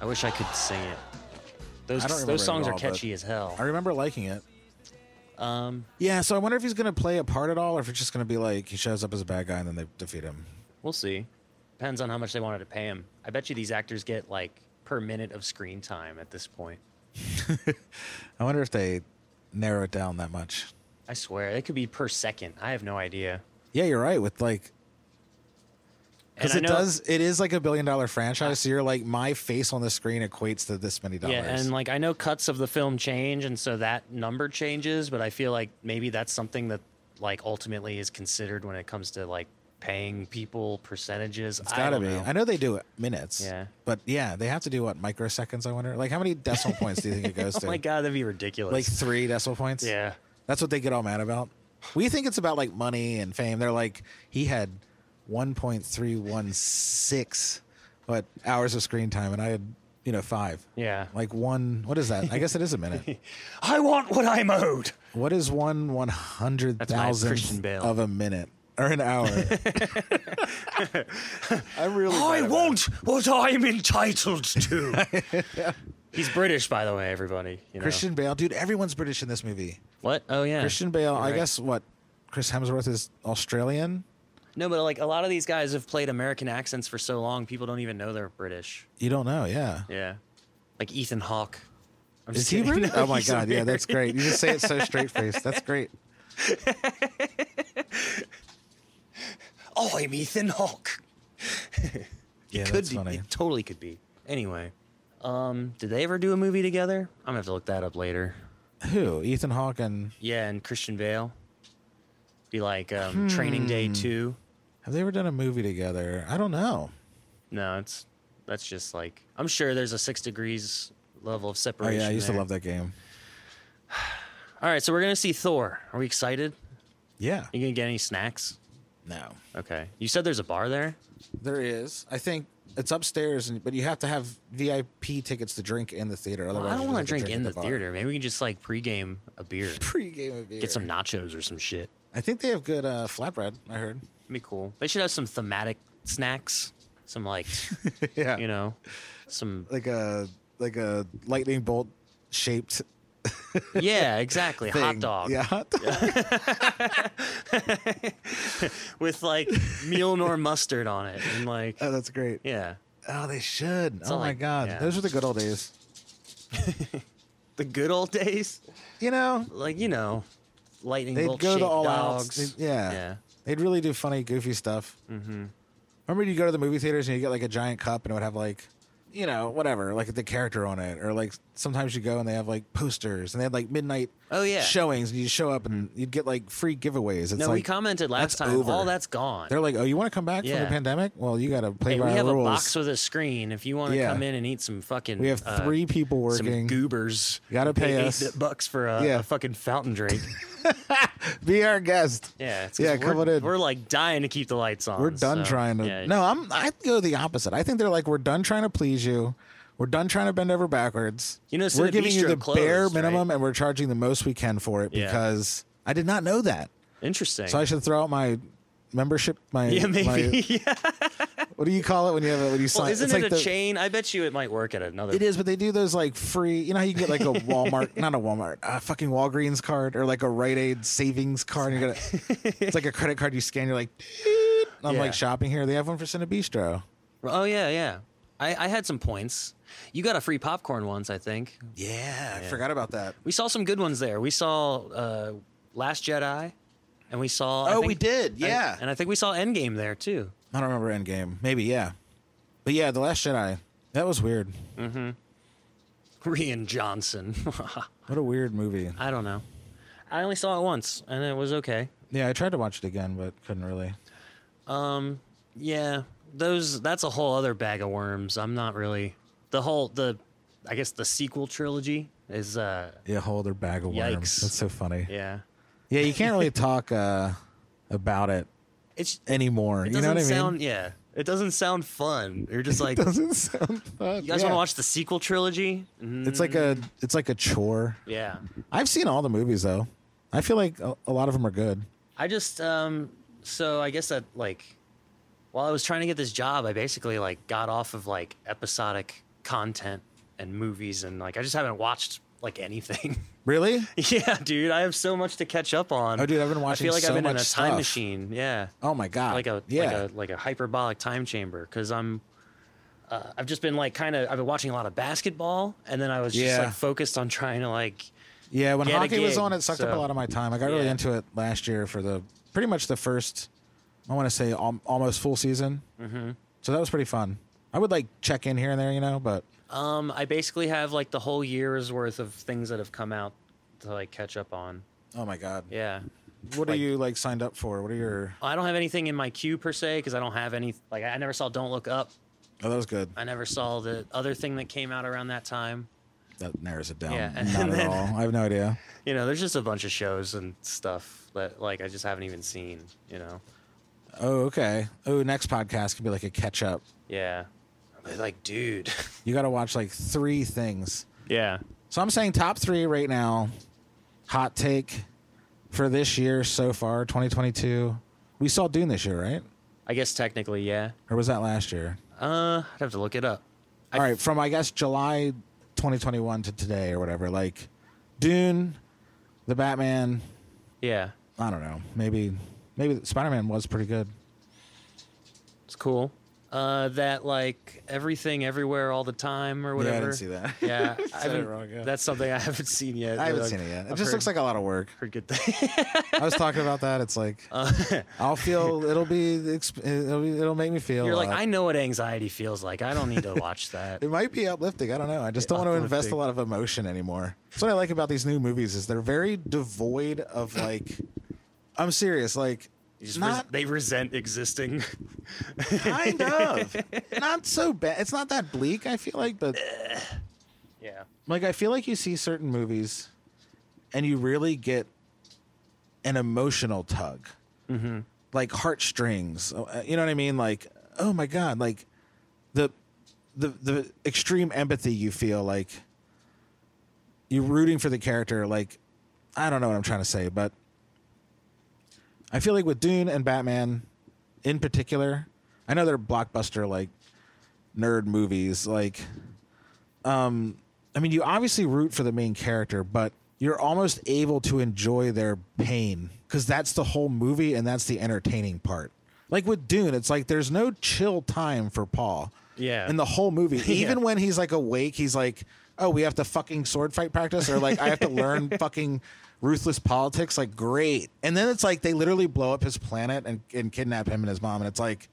A: I wish I could sing it. Those
B: I don't remember it
A: those
B: at
A: songs
B: all,
A: are
B: but
A: catchy as
B: I
A: hell.
B: remember liking it.
A: Um,
B: Yeah, so I wonder if he's going to play a part at all, or if it's just going to be like he shows up as a bad guy and then they defeat him.
A: We'll see. Depends on how much they wanted to pay him. I bet you these actors get like per minute of screen time at this point.
B: I wonder if they narrow it down that much.
A: I swear, it could be per second. I have no idea.
B: Yeah, you're right. With like,
A: And
B: because
A: I
B: it
A: know, Uh,
B: does, it is like a billion dollar franchise. So you're like, my face on the screen equates to this many dollars.
A: Yeah, and like I know cuts of the film change, and so that number changes. But I feel like maybe that's something that like ultimately is considered when it comes to like paying people percentages.
B: it's gotta
A: I don't
B: be.
A: Know.
B: I know they do it minutes.
A: Yeah.
B: but yeah, they have to do what microseconds. I wonder, like, how many decimal points do you think it goes
A: oh my
B: to?
A: god, that'd be ridiculous.
B: Like three decimal points.
A: yeah,
B: That's what they get all mad about. We think it's about like money and fame. They're like, he had 1.316 what hours of screen time, and I had you know five.
A: yeah.
B: Like one, what is that? I guess it is a minute.
A: I want what I'm owed.
B: What is one one hundred
A: Christian
B: thousandth
A: Bale.
B: of a minute or an hour? I'm really.
A: I
B: bad at
A: want what I'm entitled to. He's British, by the way, everybody. You know.
B: Christian Bale, dude. Everyone's British in this movie.
A: What? Oh yeah.
B: Christian Bale. I
A: right.
B: guess what Chris Hemsworth is Australian.
A: No, but like a lot of these guys have played American accents for so long, people don't even know they're British.
B: You don't know, yeah.
A: Yeah. Like Ethan Hawke. I'm
B: Is
A: just
B: he
A: kidding.
B: British?
A: No,
B: oh my
A: he's
B: god, yeah, that's
A: American.
B: great. You just say it so straight faced. That's great.
A: Oh, I'm Ethan Hawke.
B: Yeah,
A: could
B: that's
A: be.
B: funny.
A: It totally could be. Anyway, um, did they ever do a movie together? I'm gonna have to look that up later.
B: Who? Ethan Hawke and
A: Yeah, and Christian Bale. Be like um, Training
B: Hmm.
A: Day Two.
B: have they ever done a movie together? I don't know.
A: No, it's that's just like I'm sure there's a Six Degrees level of
B: Oh
A: separation.
B: yeah, I used to
A: there.
B: love that game.
A: All right, so we're gonna see Thor. Are we excited?
B: Yeah.
A: You gonna get any snacks?
B: No.
A: Okay. You said there's a bar there.
B: There is. I think it's upstairs, and, but you have to have VIP tickets to drink in the theater. Otherwise,
A: I don't
B: you
A: want to
B: just have
A: drink in
B: at
A: the,
B: bar.
A: theater. Maybe we can just like pregame a beer,
B: Pre-game of beer.
A: get some nachos or some shit.
B: I think they have good uh, flatbread. I heard.
A: That'd be cool. They should have some thematic snacks. Some like,
B: yeah.
A: you know, some
B: like a like a lightning bolt shaped
A: yeah, exactly.
B: thing.
A: Hot dog.
B: Yeah. Hot dog.
A: with like Mjolnir mustard on it and like
B: Oh, that's great.
A: yeah.
B: Oh, they should. oh
A: all
B: my
A: like-
B: god,
A: yeah.
B: those were the good old days.
A: The good old days,
B: You know,
A: like you know, lightning
B: they'd
A: bolt
B: go
A: shaped
B: to all
A: dogs.
B: outs. They'd- yeah.
A: yeah,
B: They'd really do funny, goofy stuff. Mm-hmm. Remember, you go to the movie theaters and you get like a giant cup, and it would have like, you know, whatever, like the character on it, or like sometimes you go and they have like posters, and they had like midnight
A: Oh, yeah.
B: showings, and you show up and you'd get like free giveaways. It's
A: No,
B: like
A: we commented last
B: that's
A: time.
B: over.
A: All that's gone.
B: they're like, oh, you want to come back from
A: Yeah.
B: the pandemic? Well, you got to play
A: Hey,
B: by
A: we
B: our
A: have
B: rules.
A: a box with a screen. If you want to
B: Yeah.
A: come in and eat some fucking,
B: we have
A: uh,
B: three people
A: some
B: working.
A: goobers.
B: You gotta pay
A: eight
B: us.
A: bit bucks for a,
B: Yeah.
A: a fucking fountain drink.
B: Be our guest.
A: Yeah, it's 'cause
B: Yeah,
A: we're,
B: come on in.
A: We're like dying to keep the lights on.
B: We're done
A: so,
B: trying to.
A: yeah.
B: No, I'm. I go the opposite. I think they're like, we're done trying to please you. We're done trying to bend over backwards.
A: You know,
B: we're
A: Cine
B: giving you
A: Bistro
B: the bare
A: closed, right?
B: minimum, and we're charging the most we can for it
A: Yeah.
B: because I did not know that.
A: Interesting.
B: So I should throw out my membership. My
A: yeah, maybe.
B: my-
A: yeah.
B: what do you call it when you have a, when you sign?
A: Well, isn't
B: it's
A: it
B: like
A: a
B: the-
A: chain? I bet you it might work at another.
B: It is, but they do those like free. You know how you can get like a Walmart, not a Walmart, a fucking Walgreens card or like a Rite Aid savings card. And you gotta, it's like a credit card you scan. You're like, "Beep." I'm
A: Yeah.
B: like shopping here. They have one for Cine Bistro.
A: Oh yeah, yeah. I, I had some points. You got a free popcorn once, I think.
B: Yeah, Ah, I forgot about that.
A: We saw some good ones there. We saw uh, Last Jedi, and we saw. I
B: Oh,
A: think-
B: we did.
A: I-
B: Yeah.
A: and I think we saw Endgame there too.
B: I don't remember Endgame. Maybe, yeah. But yeah, The Last Jedi. That was weird.
A: Rian Johnson.
B: What a weird movie.
A: I don't know. I only saw it once, and it was okay.
B: Yeah, I tried to watch it again, but couldn't really.
A: Um, yeah, those. That's a whole other bag of worms. I'm not really the whole the. I guess the sequel trilogy is. uh
B: Yeah, whole other bag of worms.
A: Yikes.
B: That's so funny. Yeah,
A: Yeah,
B: you can't really talk uh, about it
A: it's.
B: anymore.
A: It
B: you
A: doesn't
B: know what I mean?
A: sound. Yeah, it doesn't sound fun. You're just like.
B: doesn't sound fun.
A: You guys want to watch the sequel trilogy? Mm,
B: It's like a it's like a chore.
A: yeah.
B: I've seen all the movies though. I feel like a, a lot of them are good.
A: I just um so I guess that like while I was trying to get this job, I basically like got off of like episodic content and movies and like I just haven't watched like anything.
B: Really?
A: yeah, dude, I have so much to catch up on.
B: Oh, dude, I've been
A: I
B: watching
A: feel like
B: so
A: I've been in a
B: much
A: time
B: stuff.
A: machine. Yeah.
B: Oh my god.
A: Like a
B: yeah.
A: like a like a hyperbolic time chamber cuz I'm uh, I've just been like kind of I've been watching a lot of basketball and then I was just
B: Yeah.
A: like focused on trying to like
B: Yeah, when
A: get a
B: hockey was
A: gig,
B: on, it sucked up
A: so-
B: a lot of my time. I got really
A: Yeah.
B: into it last year for the pretty much the first, I want to say al- almost full season. Mm-hmm. So that was pretty fun. I would like check in here and there, you know, but
A: Um, I basically have like the whole year's worth of things that have come out to like catch up on.
B: oh my god,
A: Yeah. Like-
B: what are you like signed up for? What are your?
A: I don't have anything in my queue per se because I don't have any. Like, I never saw Don't Look Up.
B: Oh, that was good.
A: I never saw the other thing that came out around that time.
B: That narrows it down.
A: Yeah, and
B: Not at
A: then-
B: all. I have no idea.
A: You know, there's just a bunch of shows and stuff that like I just haven't even seen. You know.
B: Oh, okay. Oh, next podcast can be like a catch up.
A: Yeah. But, like, dude.
B: You got to watch like three things.
A: yeah.
B: So I'm saying top three right now. Hot take for this year so far, 2022. We saw Dune this year, right?
A: I guess technically, yeah.
B: Or was that last year?
A: Uh, I'd have to look it up. I-
B: All right, from I guess July 2021 to today or whatever. Like Dune, The Batman.
A: Yeah.
B: I don't know. Maybe maybe Spider Man was pretty good.
A: It's cool. Uh, that like everything, everywhere, all the time, or whatever.
B: that.
A: Yeah, I
B: Said it
A: haven't-
B: wrong, yeah.
A: that's something I haven't seen yet.
B: I haven't
A: Like,
B: seen it yet. It
A: I've
B: just
A: heard-
B: looks like a lot of work.
A: heard good thing.
B: I was talking about that. It's like
A: Uh,
B: I'll feel it'll be exp- it'll be, it'll make me feel.
A: You're like,
B: uh,
A: I know what anxiety feels like. I don't need to watch that.
B: It might be uplifting. I don't know. I just don't want to invest a
A: Uplifting.
B: lot of emotion anymore. That's what I like about these new movies is they're very devoid of like. I'm serious. Like,
A: You just res-
B: not
A: they resent existing.
B: kind of, not so bad. It's not that bleak. I feel like, but
A: Yeah.
B: Like I feel like you see certain movies, and you really get an emotional tug, mm-hmm. like heartstrings. Uh, You know what I mean? Like oh my god, like the the the extreme empathy you feel like you're rooting for the character. Like I don't know what I'm trying to say, but I feel like with Dune and Batman in particular, I know they're blockbuster like nerd movies. Like, um, I mean, you obviously root for the main character, but you're almost able to enjoy their pain because that's the whole movie and that's the entertaining part. Like with Dune, it's like there's no chill time for Paul.
A: Yeah.
B: In the whole movie, even
A: Yeah.
B: when he's like awake, he's like, "Oh, we have to fucking sword fight practice," or like, "I have to learn fucking ruthless politics." Like, great. And then it's like they literally blow up his planet and, and kidnap him and his mom, and it's like,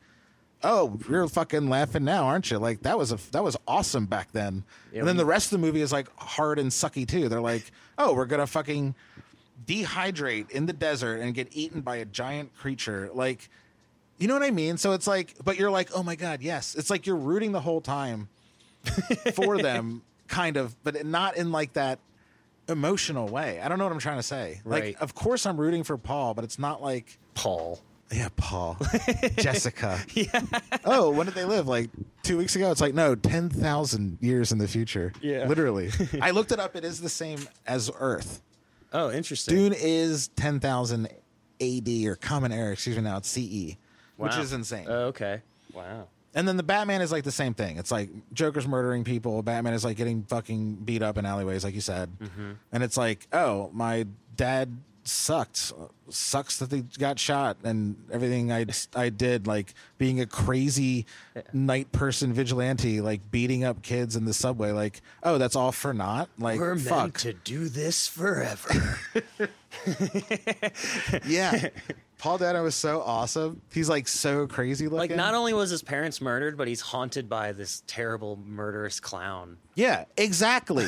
B: "Oh, you're fucking laughing now, aren't you?" Like that was a that was awesome back then. and then the rest of the movie is like hard and sucky too. They're like, "Oh, we're gonna fucking." dehydrate in the desert and get eaten by a giant creature. Like, you know what I mean? So it's like, but you're like, oh my God, yes. It's like you're rooting the whole time for them, kind of, but not in like that emotional way. I don't know what I'm trying to say.
A: Right.
B: Like, of course I'm rooting for Paul, but it's not like,
A: Paul.
B: yeah, Paul, Jessica. Oh, when did they live? Like two weeks ago? It's like, no, 10,000 years in the future.
A: Yeah.
B: Literally. I looked it up. It is the same as Earth.
A: Oh, interesting.
B: Dune is 10,000 AD or common era, excuse me, now it's CE, which
A: Wow.
B: is insane.
A: Oh, okay. Wow.
B: and then the Batman is like the same thing. It's like Joker's murdering people, Batman is like getting fucking beat up in alleyways, like you said.
A: Mm-hmm.
B: And it's like, oh, my dad sucked. Sucks that they got shot and everything I, I did, like being a crazy night person vigilante, like beating up kids in the subway. Like, oh, that's all for naught. Like,
A: We're meant
B: fuck.
A: to do this forever.
B: Yeah. Paul Dano was so awesome. He's like so crazy looking.
A: like, not only was his parents murdered, but he's haunted by this terrible, murderous clown.
B: Yeah, exactly.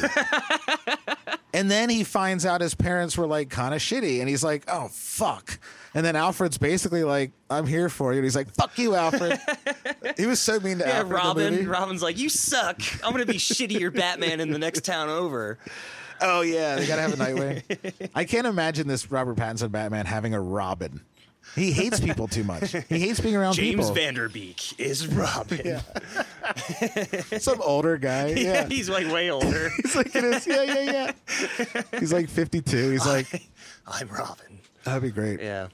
B: and then he finds out his parents were like kind of shitty and he's like, "Oh fuck." And then Alfred's basically like, "I'm here for you." And he's like, "Fuck you, Alfred." he was so mean to
A: Yeah,
B: Alfred. in the movie.
A: Robin. Robin's like, you suck. I'm gonna be shittier Batman in the next town over.
B: Oh yeah, they gotta have a Nightwing. I can't imagine this Robert Pattinson Batman having a Robin. He hates people too much. He hates being around
A: James
B: people.
A: Vanderbeek is Robin. Yeah,
B: Some older guy. yeah.
A: he's like way older.
B: He's like, it is. Yeah, yeah, yeah. He's like 52. He's like,
A: I'm Robin.
B: that'd be great. Yeah.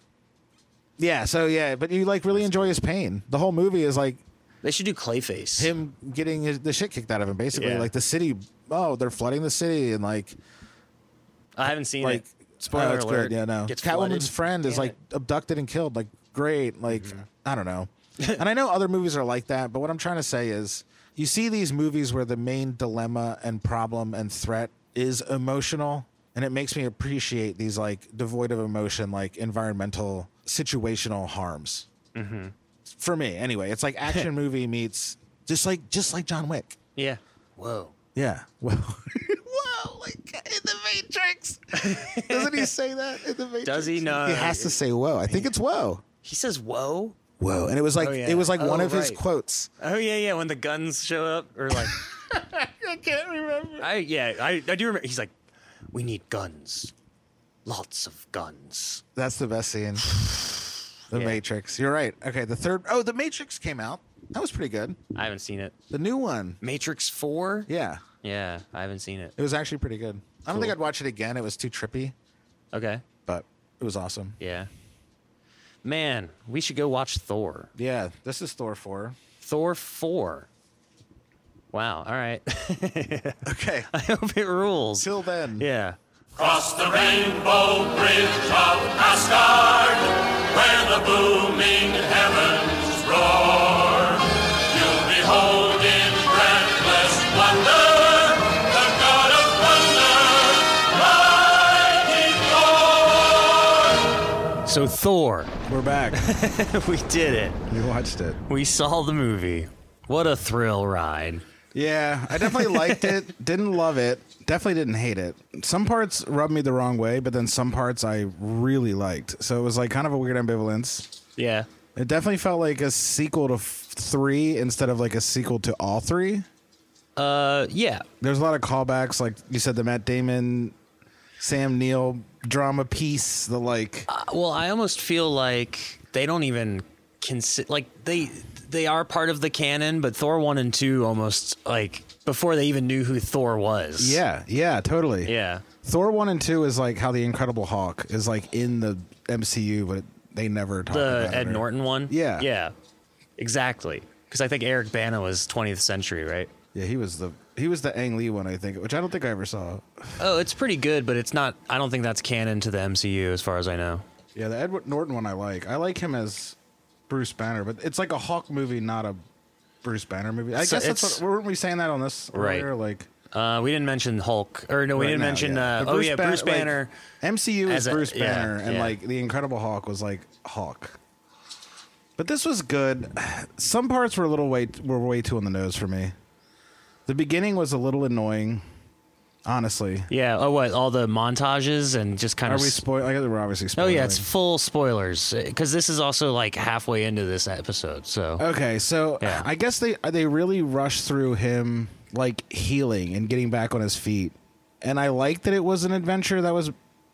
A: Yeah.
B: So yeah, but you like really enjoy his pain. The whole movie is like
A: They should do Clayface.
B: him getting his, the shit kicked out of him. Basically,
A: Yeah.
B: like the city. Oh, they're flooding the city, and like,
A: I haven't seen
B: like
A: it. Spoiler
B: oh, it's
A: alert.
B: Good. Yeah, no.
A: Gets
B: Catwoman's
A: flooded. Mm-hmm.
B: friend is
A: Damn
B: like abducted and killed. Like, great. Like, I don't know. and I know other movies are like that, but what I'm trying to say is, you see these movies where the main dilemma and problem and threat is emotional, and it makes me appreciate these like devoid of emotion, like environmental situational harms.
A: Mm-hmm.
B: For me, anyway, it's like action movie meets just like just like John Wick.
A: it. yeah. Whoa.
B: Yeah. Well, whoa, like in the Matrix. Doesn't he say that in the Matrix?
A: Does he? No.
B: He has to say whoa. I think it's whoa.
A: He says whoa.
B: Whoa. And it was like
A: Oh, yeah.
B: it was like one
A: Oh,
B: of his
A: right.
B: quotes.
A: Oh yeah, yeah. When the guns show up, or like,
B: I can't remember.
A: I yeah, I, I do remember. He's like, we need guns, lots of guns.
B: That's the best scene. The
A: Yeah.
B: Matrix. You're right. Okay, the third Oh, the Matrix came out. That was pretty good.
A: I haven't seen it.
B: The new one.
A: Matrix Four.
B: Yeah.
A: Yeah, I haven't seen it.
B: It was actually pretty good. I don't think
A: Cool.
B: I'd watch it again. It was too trippy,
A: Okay.
B: but it was awesome.
A: Yeah. Man, we should go watch Thor.
B: Yeah, this is Thor 4.
A: Thor Four. Wow. All right.
B: Okay.
A: I hope it rules.
B: Till then.
A: Yeah.
C: Cross the rainbow bridge of Asgard, where the booming heavens roar. You'll behold in breathless wonder the God of thunder, mighty Thor.
A: So Thor,
B: We're back.
A: we did it.
B: we watched it.
A: We saw the movie. What a thrill ride.
B: Yeah, I definitely liked it. Didn't love it. Definitely didn't hate it. Some parts rubbed me the wrong way, but then some parts I really liked. So it was like kind of a weird ambivalence.
A: Yeah.
B: It definitely felt like a sequel to f- three instead of like a sequel to all three.
A: Uh, yeah.
B: There's a lot of callbacks, like you said, the Matt Damon, Sam Neill drama piece. The like,
A: Uh, well, I almost feel like they don't even consider like they they are part of the canon, but Thor one and two almost like before they even knew who Thor was.
B: yeah, yeah, totally.
A: Yeah.
B: Thor one and two is like how the Incredible Hulk is like in the MCU, but they never talk
A: The
B: about it.
A: Ed
B: or-
A: Norton one.
B: Yeah.
A: Yeah. Exactly. Because I think Eric Bana was 20th century, right?
B: Yeah, he was the he was the Ang Lee one, I think, which I don't think I ever saw.
A: Oh, it's pretty good, but it's not. I don't think that's canon to the MCU, as far as I know.
B: Yeah, the Edward Norton one I like. I like him as Bruce Banner, but it's like a Hulk movie, not a Bruce Banner movie. I
A: So
B: guess that's
A: it's-
B: what, weren't we saying that on this
A: Right.
B: earlier? Like
A: Uh, we didn't mention Hulk, or no, we
B: right
A: didn't
B: now,
A: mention. Uh,
B: But
A: oh yeah,
B: Ban-
A: Bruce
B: like,
A: Banner.
B: MCU is
A: as a-
B: Bruce
A: yeah,
B: Banner, and
A: yeah.
B: like the Incredible Hulk was like Hulk. But this was good. Some parts were a little way were way too on the nose for me. The beginning was a little annoying, honestly.
A: yeah. Oh, what? All the montages and just kind
B: Are
A: of.
B: we spoil? I guess we're obviously
A: oh
B: spoiling.
A: yeah, it's full spoilers because this is also like halfway into this episode. So
B: Okay, so
A: Yeah.
B: I guess they they really rushed through him like healing and getting back on his feet. And I liked that it was an adventure that was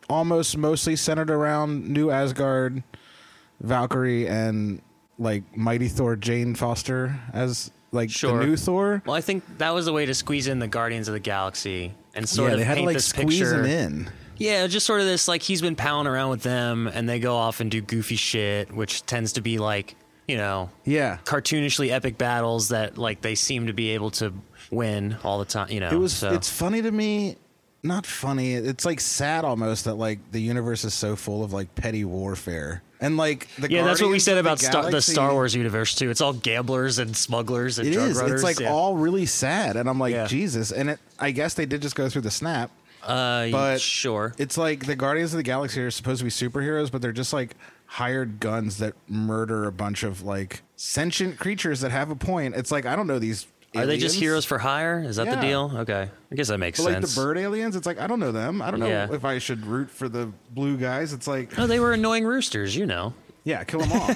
B: almost mostly centered around New Asgard, Valkyrie, and like Mighty Thor Jane Foster as like
A: Sure.
B: the new Thor.
A: well, I think that was a way to squeeze in the Guardians of the Galaxy and sort
B: yeah,
A: of
B: they had to
A: paint
B: like
A: this
B: squeeze
A: picture.
B: him in.
A: Yeah, just sort of this like he's been palling around with them, and they go off and do goofy shit, which tends to be like you know
B: Yeah,
A: cartoonishly epic battles that like they seem to be able to win all the time. You know,
B: it was.
A: So.
B: It's funny to me. Not funny. It's like sad almost that like the universe is so full of like petty warfare and like the
A: yeah, that's what we
B: Guardians
A: said
B: of
A: about Star, the Star
B: Galaxy-
A: Wars universe too. It's all gamblers and smugglers and
B: It
A: drug
B: is.
A: runners.
B: It's like
A: yeah.
B: all really sad, and I'm like,
A: Yeah.
B: Jesus. And it, I guess they did just go through the snap.
A: Uh,
B: but-
A: sure.
B: It's like the Guardians of the Galaxy are supposed to be superheroes, but they're just like hired guns that murder a bunch of like sentient creatures that have a point. It's like I don't know these.
A: Are they just
B: aliens.
A: heroes for hire? Is that the
B: Yeah.
A: deal? Okay, I guess that makes
B: But, like
A: sense.
B: the bird aliens, it's like I don't know them. I don't know
A: Yeah.
B: if I should root for the blue guys. It's like
A: No, they were annoying roosters. You know.
B: yeah, kill them all.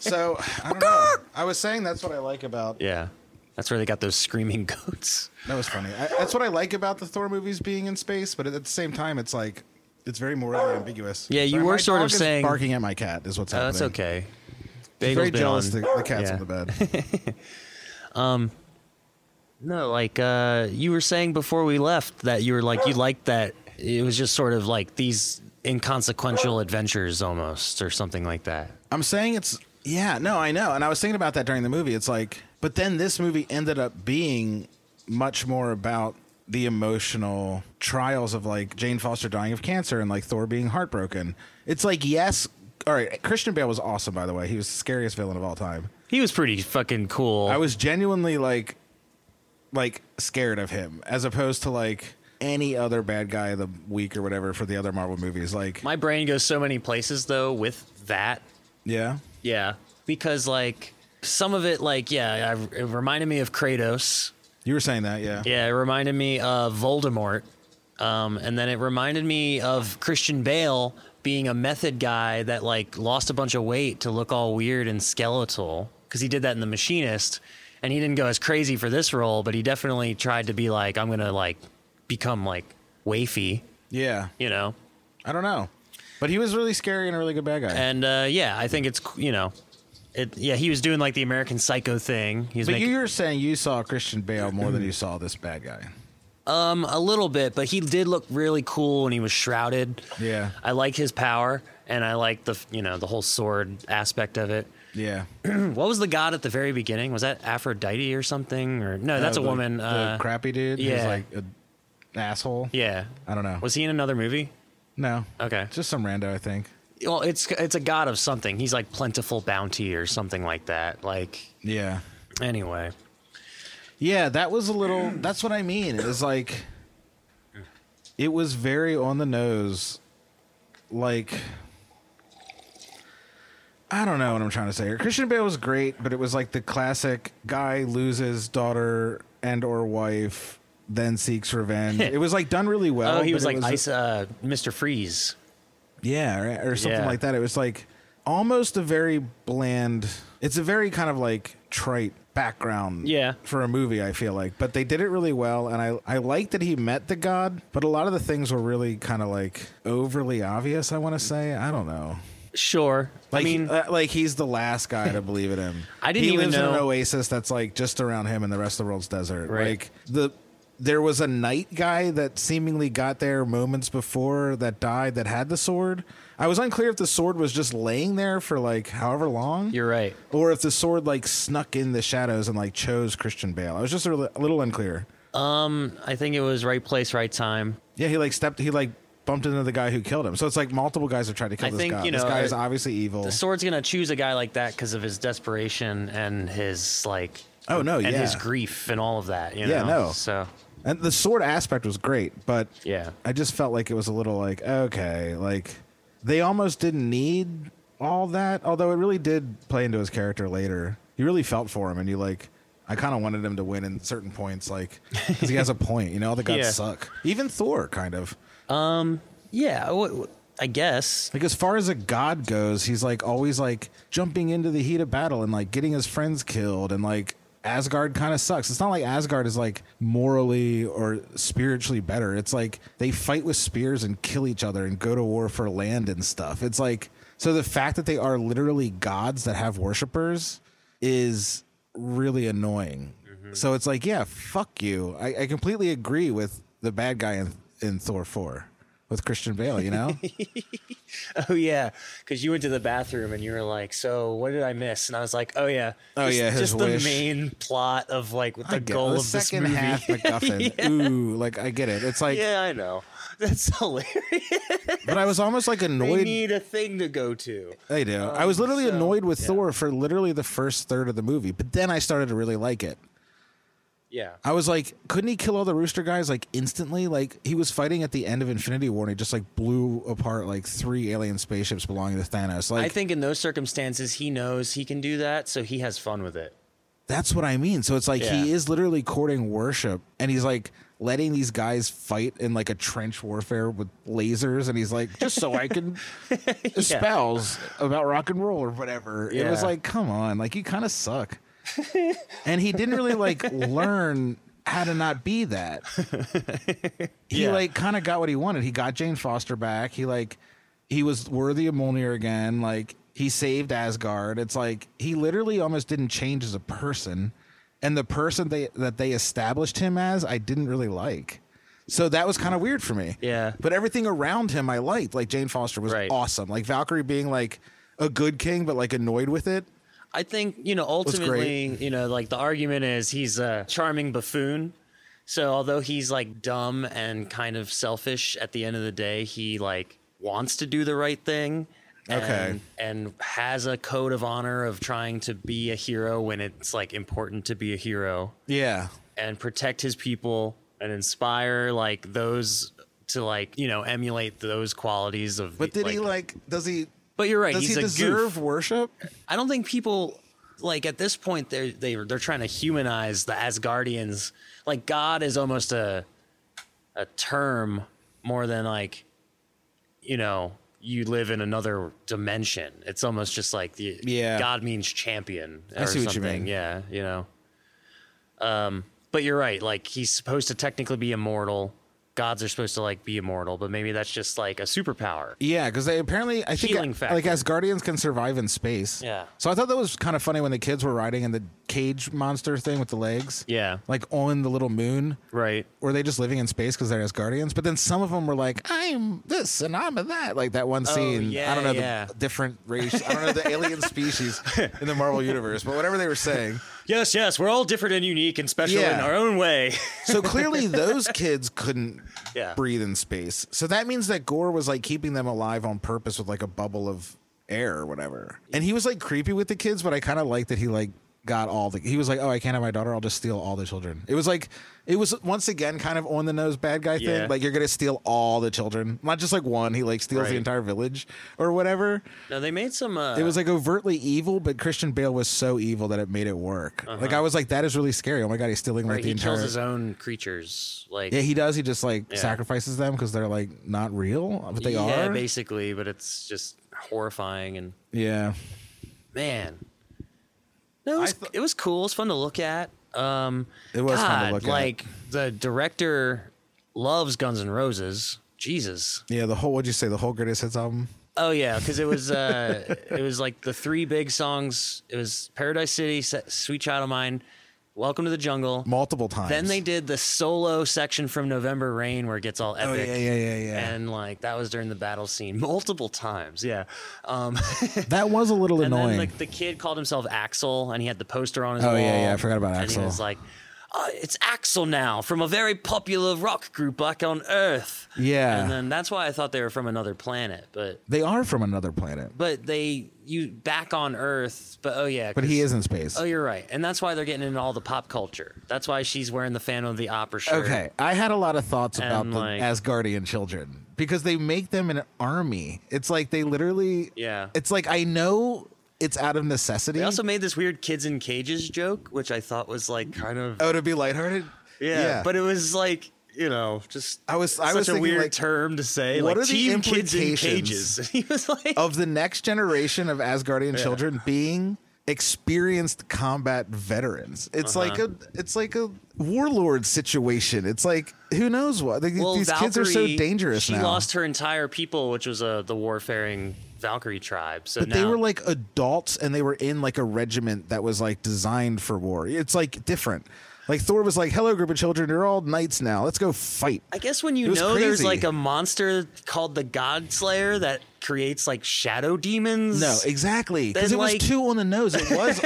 B: so I don't know. I was saying that's what I like about
A: Yeah, that's where they got those screaming goats.
B: That was funny. I, that's what I like about the Thor movies being in space, but at the same time, it's like it's very morally ambiguous.
A: Yeah, you
B: Sorry,
A: were
B: my
A: sort
B: dog
A: of
B: is
A: saying-
B: barking at my cat is what's
A: Oh,
B: happening.
A: that's okay.
B: She's
A: Bagel's
B: very
A: been
B: jealous.
A: on.
B: The, the cat's
A: Yeah.
B: in the bed.
A: No, like uh, you were saying before we left that you were like you liked that it was just sort of like these inconsequential adventures almost or something like that.
B: I'm saying it's yeah. No, I know, and I was thinking about that during the movie. It's like, but then this movie ended up being much more about the emotional trials of like Jane Foster dying of cancer and like Thor being heartbroken. It's like yes. All right, Christian Bale was awesome, by the way. He was the scariest villain of all time.
A: He was pretty fucking cool.
B: I was genuinely like like scared of him as opposed to like any other bad guy of the week or whatever for the other Marvel movies. Like
A: My brain goes so many places though with that.
B: Yeah.
A: Yeah, because like some of it, like yeah, I, it reminded me of Kratos.
B: You were saying that, yeah.
A: Yeah, it reminded me of Voldemort. Um, and then it reminded me of Christian Bale being a method guy that like lost a bunch of weight to look all weird and skeletal because he did that in The Machinist, and he didn't go as crazy for this role, but he definitely tried to be like, I'm gonna like become like wafy,
B: Yeah.
A: you know.
B: I don't know. But he was really scary and a really good bad guy.
A: And uh, yeah, I think it's you know, it yeah he was doing like the American Psycho thing. He's
B: but
A: making
B: you were saying you saw Christian Bale more than you saw this bad guy.
A: a little bit, but he did look really cool when he was shrouded.
B: Yeah.
A: I like his power, and I like the you know the whole sword aspect of it.
B: Yeah.
A: What was the god at the very beginning? Was that Aphrodite or something? Or no, that's
B: Uh,
A: a
B: the-
A: woman.
B: The
A: uh,
B: crappy dude who's
A: yeah.
B: like an asshole.
A: yeah,
B: I don't know.
A: was he in another movie?
B: no.
A: Okay.
B: Just some rando, I think.
A: Well, it's it's a god of something. He's like plentiful bounty or something like that. Like
B: Yeah.
A: anyway,
B: Yeah, that was a little. That's what I mean. It was like, it was very on the nose. Like, I don't know what I'm trying to say. here. Christian Bale was great, but it was like the classic guy loses daughter and or wife, then seeks revenge. it was like done really well.
A: oh, he
B: but
A: was
B: it
A: like Ice, uh, Mr. Freeze.
B: yeah, or, or something
A: Yeah.
B: like that. It was like almost a very bland. It's a very kind of like trite background
A: Yeah.
B: for a movie, I feel like. But they did it really well, and I, I like that he met the god, but a lot of the things were really kind of like overly obvious, I want to say. I don't know.
A: Sure.
B: Like,
A: I mean,
B: uh, like he's the last guy to believe in him.
A: I didn't
B: he
A: even
B: lives in an
A: know-
B: oasis that's like just around him, and the rest of the world's desert.
A: Right.
B: Like the there was a knight guy that seemingly got there moments before that died that had the sword. I was unclear if the sword was just laying there for like however long,
A: you're right.
B: or if the sword like snuck in the shadows and like chose Christian Bale. I was just a li- a little unclear.
A: I think it was right place, right time.
B: Yeah, he like stepped. He like bumped into the guy who killed him. So it's like multiple guys have tried to kill
A: I
B: this
A: think,
B: guy.
A: you
B: this
A: know,
B: guy
A: I-
B: is obviously evil.
A: The sword's gonna choose a guy like that because of his desperation and his like.
B: Oh, no,
A: And
B: yeah.
A: his grief and all of that. You
B: Yeah,
A: know?
B: no.
A: So
B: And the sword aspect was great, but
A: Yeah.
B: I just felt like it was a little like okay, like they almost didn't need all that. Although it really did play into his character later. You really felt for him, and you like. I kind of wanted him to win in certain points, like because he has a point. You know, all the gods
A: Yeah.
B: suck. Even Thor, kind of.
A: yeah, w- w- I guess.
B: Like as far as a god goes, he's like always like jumping into the heat of battle and like getting his friends killed and like Asgard kind of sucks. It's not like Asgard is like morally or spiritually better. It's like they fight with spears and kill each other and go to war for land and stuff. It's like so the fact that they are literally gods that have worshippers is really annoying. So it's like, yeah, fuck you. I, I completely agree with the bad guy in, in Thor 4 with Christian Bale, you know?
A: Oh yeah, because you went to the bathroom and you were like, "So what did I miss?" And I was like, "Oh yeah,
B: Oh,
A: just,
B: yeah, his
A: just
B: wish.
A: the main plot of like with the
B: I get it.
A: goal
B: the
A: of this
B: second
A: movie."
B: half MacGuffin. Ooh, like I get it. It's like,
A: yeah, I know. That's hilarious.
B: but I was almost like
A: They
B: annoyed.
A: need a thing to go to.
B: I do. I was literally
A: so,
B: annoyed with
A: yeah.
B: Thor for literally the first third of the movie, but then I started to really like it.
A: Yeah.
B: I was like, couldn't he kill all the rooster guys like instantly? Like he was fighting at the end of Infinity War and he just like blew apart like three alien spaceships belonging to Thanos. Like
A: I think in those circumstances, he knows he can do that, so he has fun with it.
B: That's what I mean. So it's like
A: Yeah.
B: he is literally courting worship and he's like letting these guys fight in like a trench warfare with lasers and he's like just so I can espouse about rock and roll or whatever. It was
A: Yeah.
B: like come on, like you kind of suck. and he didn't really like learn how to not be that. He
A: Yeah.
B: like kind of got what he wanted. He got Jane Foster back. He like he was worthy of Mjolnir again. Like he saved Asgard. It's like he literally almost didn't change as a person. And the person they that they established him as, I didn't really like. So that was kind of weird for me.
A: Yeah.
B: But everything around him I liked. Like Jane Foster was
A: Right.
B: awesome. Like Valkyrie being like a good king but like annoyed with it.
A: I think, you know,
B: great.
A: ultimately, you know, like the argument is he's a charming buffoon. So although he's like dumb and kind of selfish at the end of the day, he like wants to do the right thing. And,
B: Okay.
A: And has a code of honor of trying to be a hero when it's like important to be a hero.
B: Yeah.
A: and protect his people and inspire like those to like you know emulate those qualities of
B: But did he like does he
A: but you're right
B: does
A: he's
B: he
A: a
B: deserve
A: goof
B: worship?
A: i don't think people like at this point they're they, they're trying to humanize the asgardians like god is almost a a term more than like you know you live in another dimension it's almost just like the
B: Yeah.
A: god means champion
B: I
A: or
B: see what you
A: something
B: mean.
A: yeah you know um but you're right like he's supposed to technically be immortal gods are supposed to like be immortal but maybe that's just like a superpower
B: Yeah, because they apparently I think uh,
A: Healing factor.
B: like Asgardians can survive in space.
A: Yeah.
B: So I thought that was kind of funny when the kids were riding in the cage monster thing with the legs.
A: Yeah.
B: Like on the little moon.
A: right
B: Were they just living in space because they're Asgardians? But then some of them were like, "I'm this and I'm that." Like that one scene. I
A: yeah,
B: don't know
A: Oh, yeah.
B: the different race. I don't know the alien species in the Marvel universe, but whatever they were saying.
A: yes yes we're all different and unique and special in
B: Yeah.
A: our own way
B: So clearly, those kids couldn't
A: Yeah.
B: breathe in space. So that means that Gore was like keeping them alive on purpose with like a bubble of air or whatever. And he was like creepy with the kids, but I kind of like that he like got all the. He was like, "Oh, I can't have my daughter. I'll just steal all the children." It was like it was once again kind of on the nose bad guy thing.
A: Yeah.
B: Like you're gonna steal all the children, not just like one. He like steals the
A: Right.
B: entire village or whatever.
A: no they made some uh,
B: It was like overtly evil, but Christian Bale was so evil that it made it work. Like I was like, that is really scary. Oh my god, he's stealing like
A: Uh-huh. Right,
B: the
A: he
B: entire.
A: kills his own creatures. Like
B: Yeah, he does. He just like
A: Yeah.
B: sacrifices them because they're like not real, but they
A: yeah,
B: are.
A: basically, but it's just horrifying and
B: yeah,
A: man. No, it was,
B: th-
A: it was cool. It was fun to look at. Um,
B: It was fun to
A: God,
B: look at.
A: like, the director loves Guns N' Roses. Jesus.
B: Yeah, the whole what'd you say? The whole greatest hits album.
A: Oh yeah, because it was uh, it was like the three big songs. It was Paradise City, Se- Sweet Child of Mine, Welcome to the Jungle.
B: multiple times.
A: Then they did the solo section from November Rain where it gets all epic.
B: Oh, yeah, yeah, yeah, yeah.
A: And like that was during the battle scene multiple times. Yeah. Um,
B: that was a little
A: and
B: annoying.
A: then like the kid called himself Axel and he had the poster on his
B: Oh,
A: wall.
B: yeah, yeah, I forgot about
A: And he
B: Axl.
A: was like, "Uh, it's Axel now from a very popular rock group back on Earth.
B: Yeah.
A: And then that's why I thought they were from another planet, but
B: they are from another planet,
A: but they you back on Earth, but oh yeah,
B: but he
A: 'cause-
B: is in space.
A: Oh, you're right, and that's why they're getting into all the pop culture. That's why she's wearing the Phantom of the Opera shirt.
B: Okay, I had a lot of thoughts about
A: And,
B: the
A: like-
B: Asgardian children because they make them an army. It's like they literally.
A: Yeah.
B: It's like I know it's out of necessity.
A: They also made this weird kids in cages joke, which I thought was like kind of
B: oh, to be lighthearted.
A: yeah, but it was like you know just
B: I was- I
A: such
B: was
A: a
B: thinking,
A: weird
B: like,
A: term to say
B: what
A: like
B: are the
A: team kids in
B: implications Oh,
A: cages. he was like
B: of the next generation of Asgardian children being experienced combat veterans. It's like a it's like a warlord situation. It's like who knows what Like,
A: well,
B: these kids are so
A: Valkyrie,
B: dangerous
A: She
B: now.
A: lost her entire people, which was uh, the warfaring Valkyrie tribe. So
B: but they
A: now-
B: were like adults and they were in like a regiment that was like designed for war. It's like different. Like Thor was like, "Hello, group of children. You're all knights now. Let's go fight."
A: I guess when
B: It
A: you
B: was
A: know there's
B: crazy.
A: like a monster called the God Slayer that creates like shadow demons.
B: No, exactly. Because
A: Then,
B: it was
A: like-
B: two on the nose. It was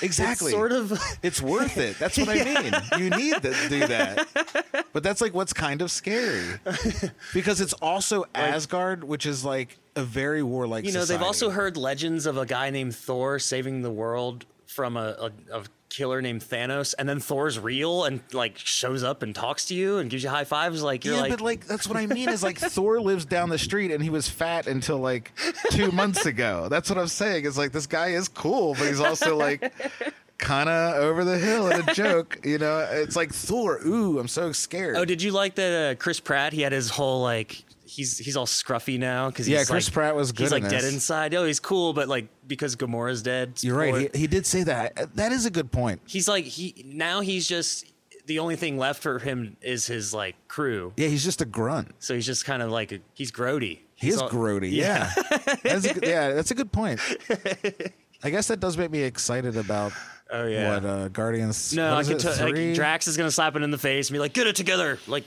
B: exactly
A: sort of.
B: It's worth it. That's what I mean. You need to do that. But that's like what's kind of scary because it's also Asgard, which is like a very warlike.
A: You know,
B: society.
A: they've also heard legends of a guy named Thor saving the world from a, a, a killer named Thanos, and then Thor's real and like shows up and talks to you and gives you high fives. Like you're
B: yeah,
A: like,
B: but like that's what I mean is like Thor lives down the street and he was fat until like two months ago. That's what I'm saying. It's like this guy is cool, but he's also like kind of over the hill and a joke. You know, it's like Thor. Ooh, I'm so scared.
A: oh, did you like that? Uh, Chris Pratt, he had his whole like. He's he's all scruffy now because
B: Yeah, Chris Pratt was good
A: He's like
B: in
A: dead
B: this.
A: inside. Oh, he's cool, but like because Gamora's dead.
B: You're right.
A: spoiler-
B: He, he did say that. That is a good point.
A: he's like he now he's just the only thing left for him is his like crew.
B: Yeah, he's just a grunt.
A: So he's just kind of like a, he's grody.
B: He
A: He's
B: is
A: all-
B: grody. Yeah. that's a, good- yeah, that's a good point. I guess that does make me excited about
A: Oh yeah.
B: what uh, Guardians.
A: no,
B: what
A: I
B: is
A: can
B: it,
A: tell.
B: three?
A: Like, Drax is gonna slap it in the face and be like, "Get it together!" Like,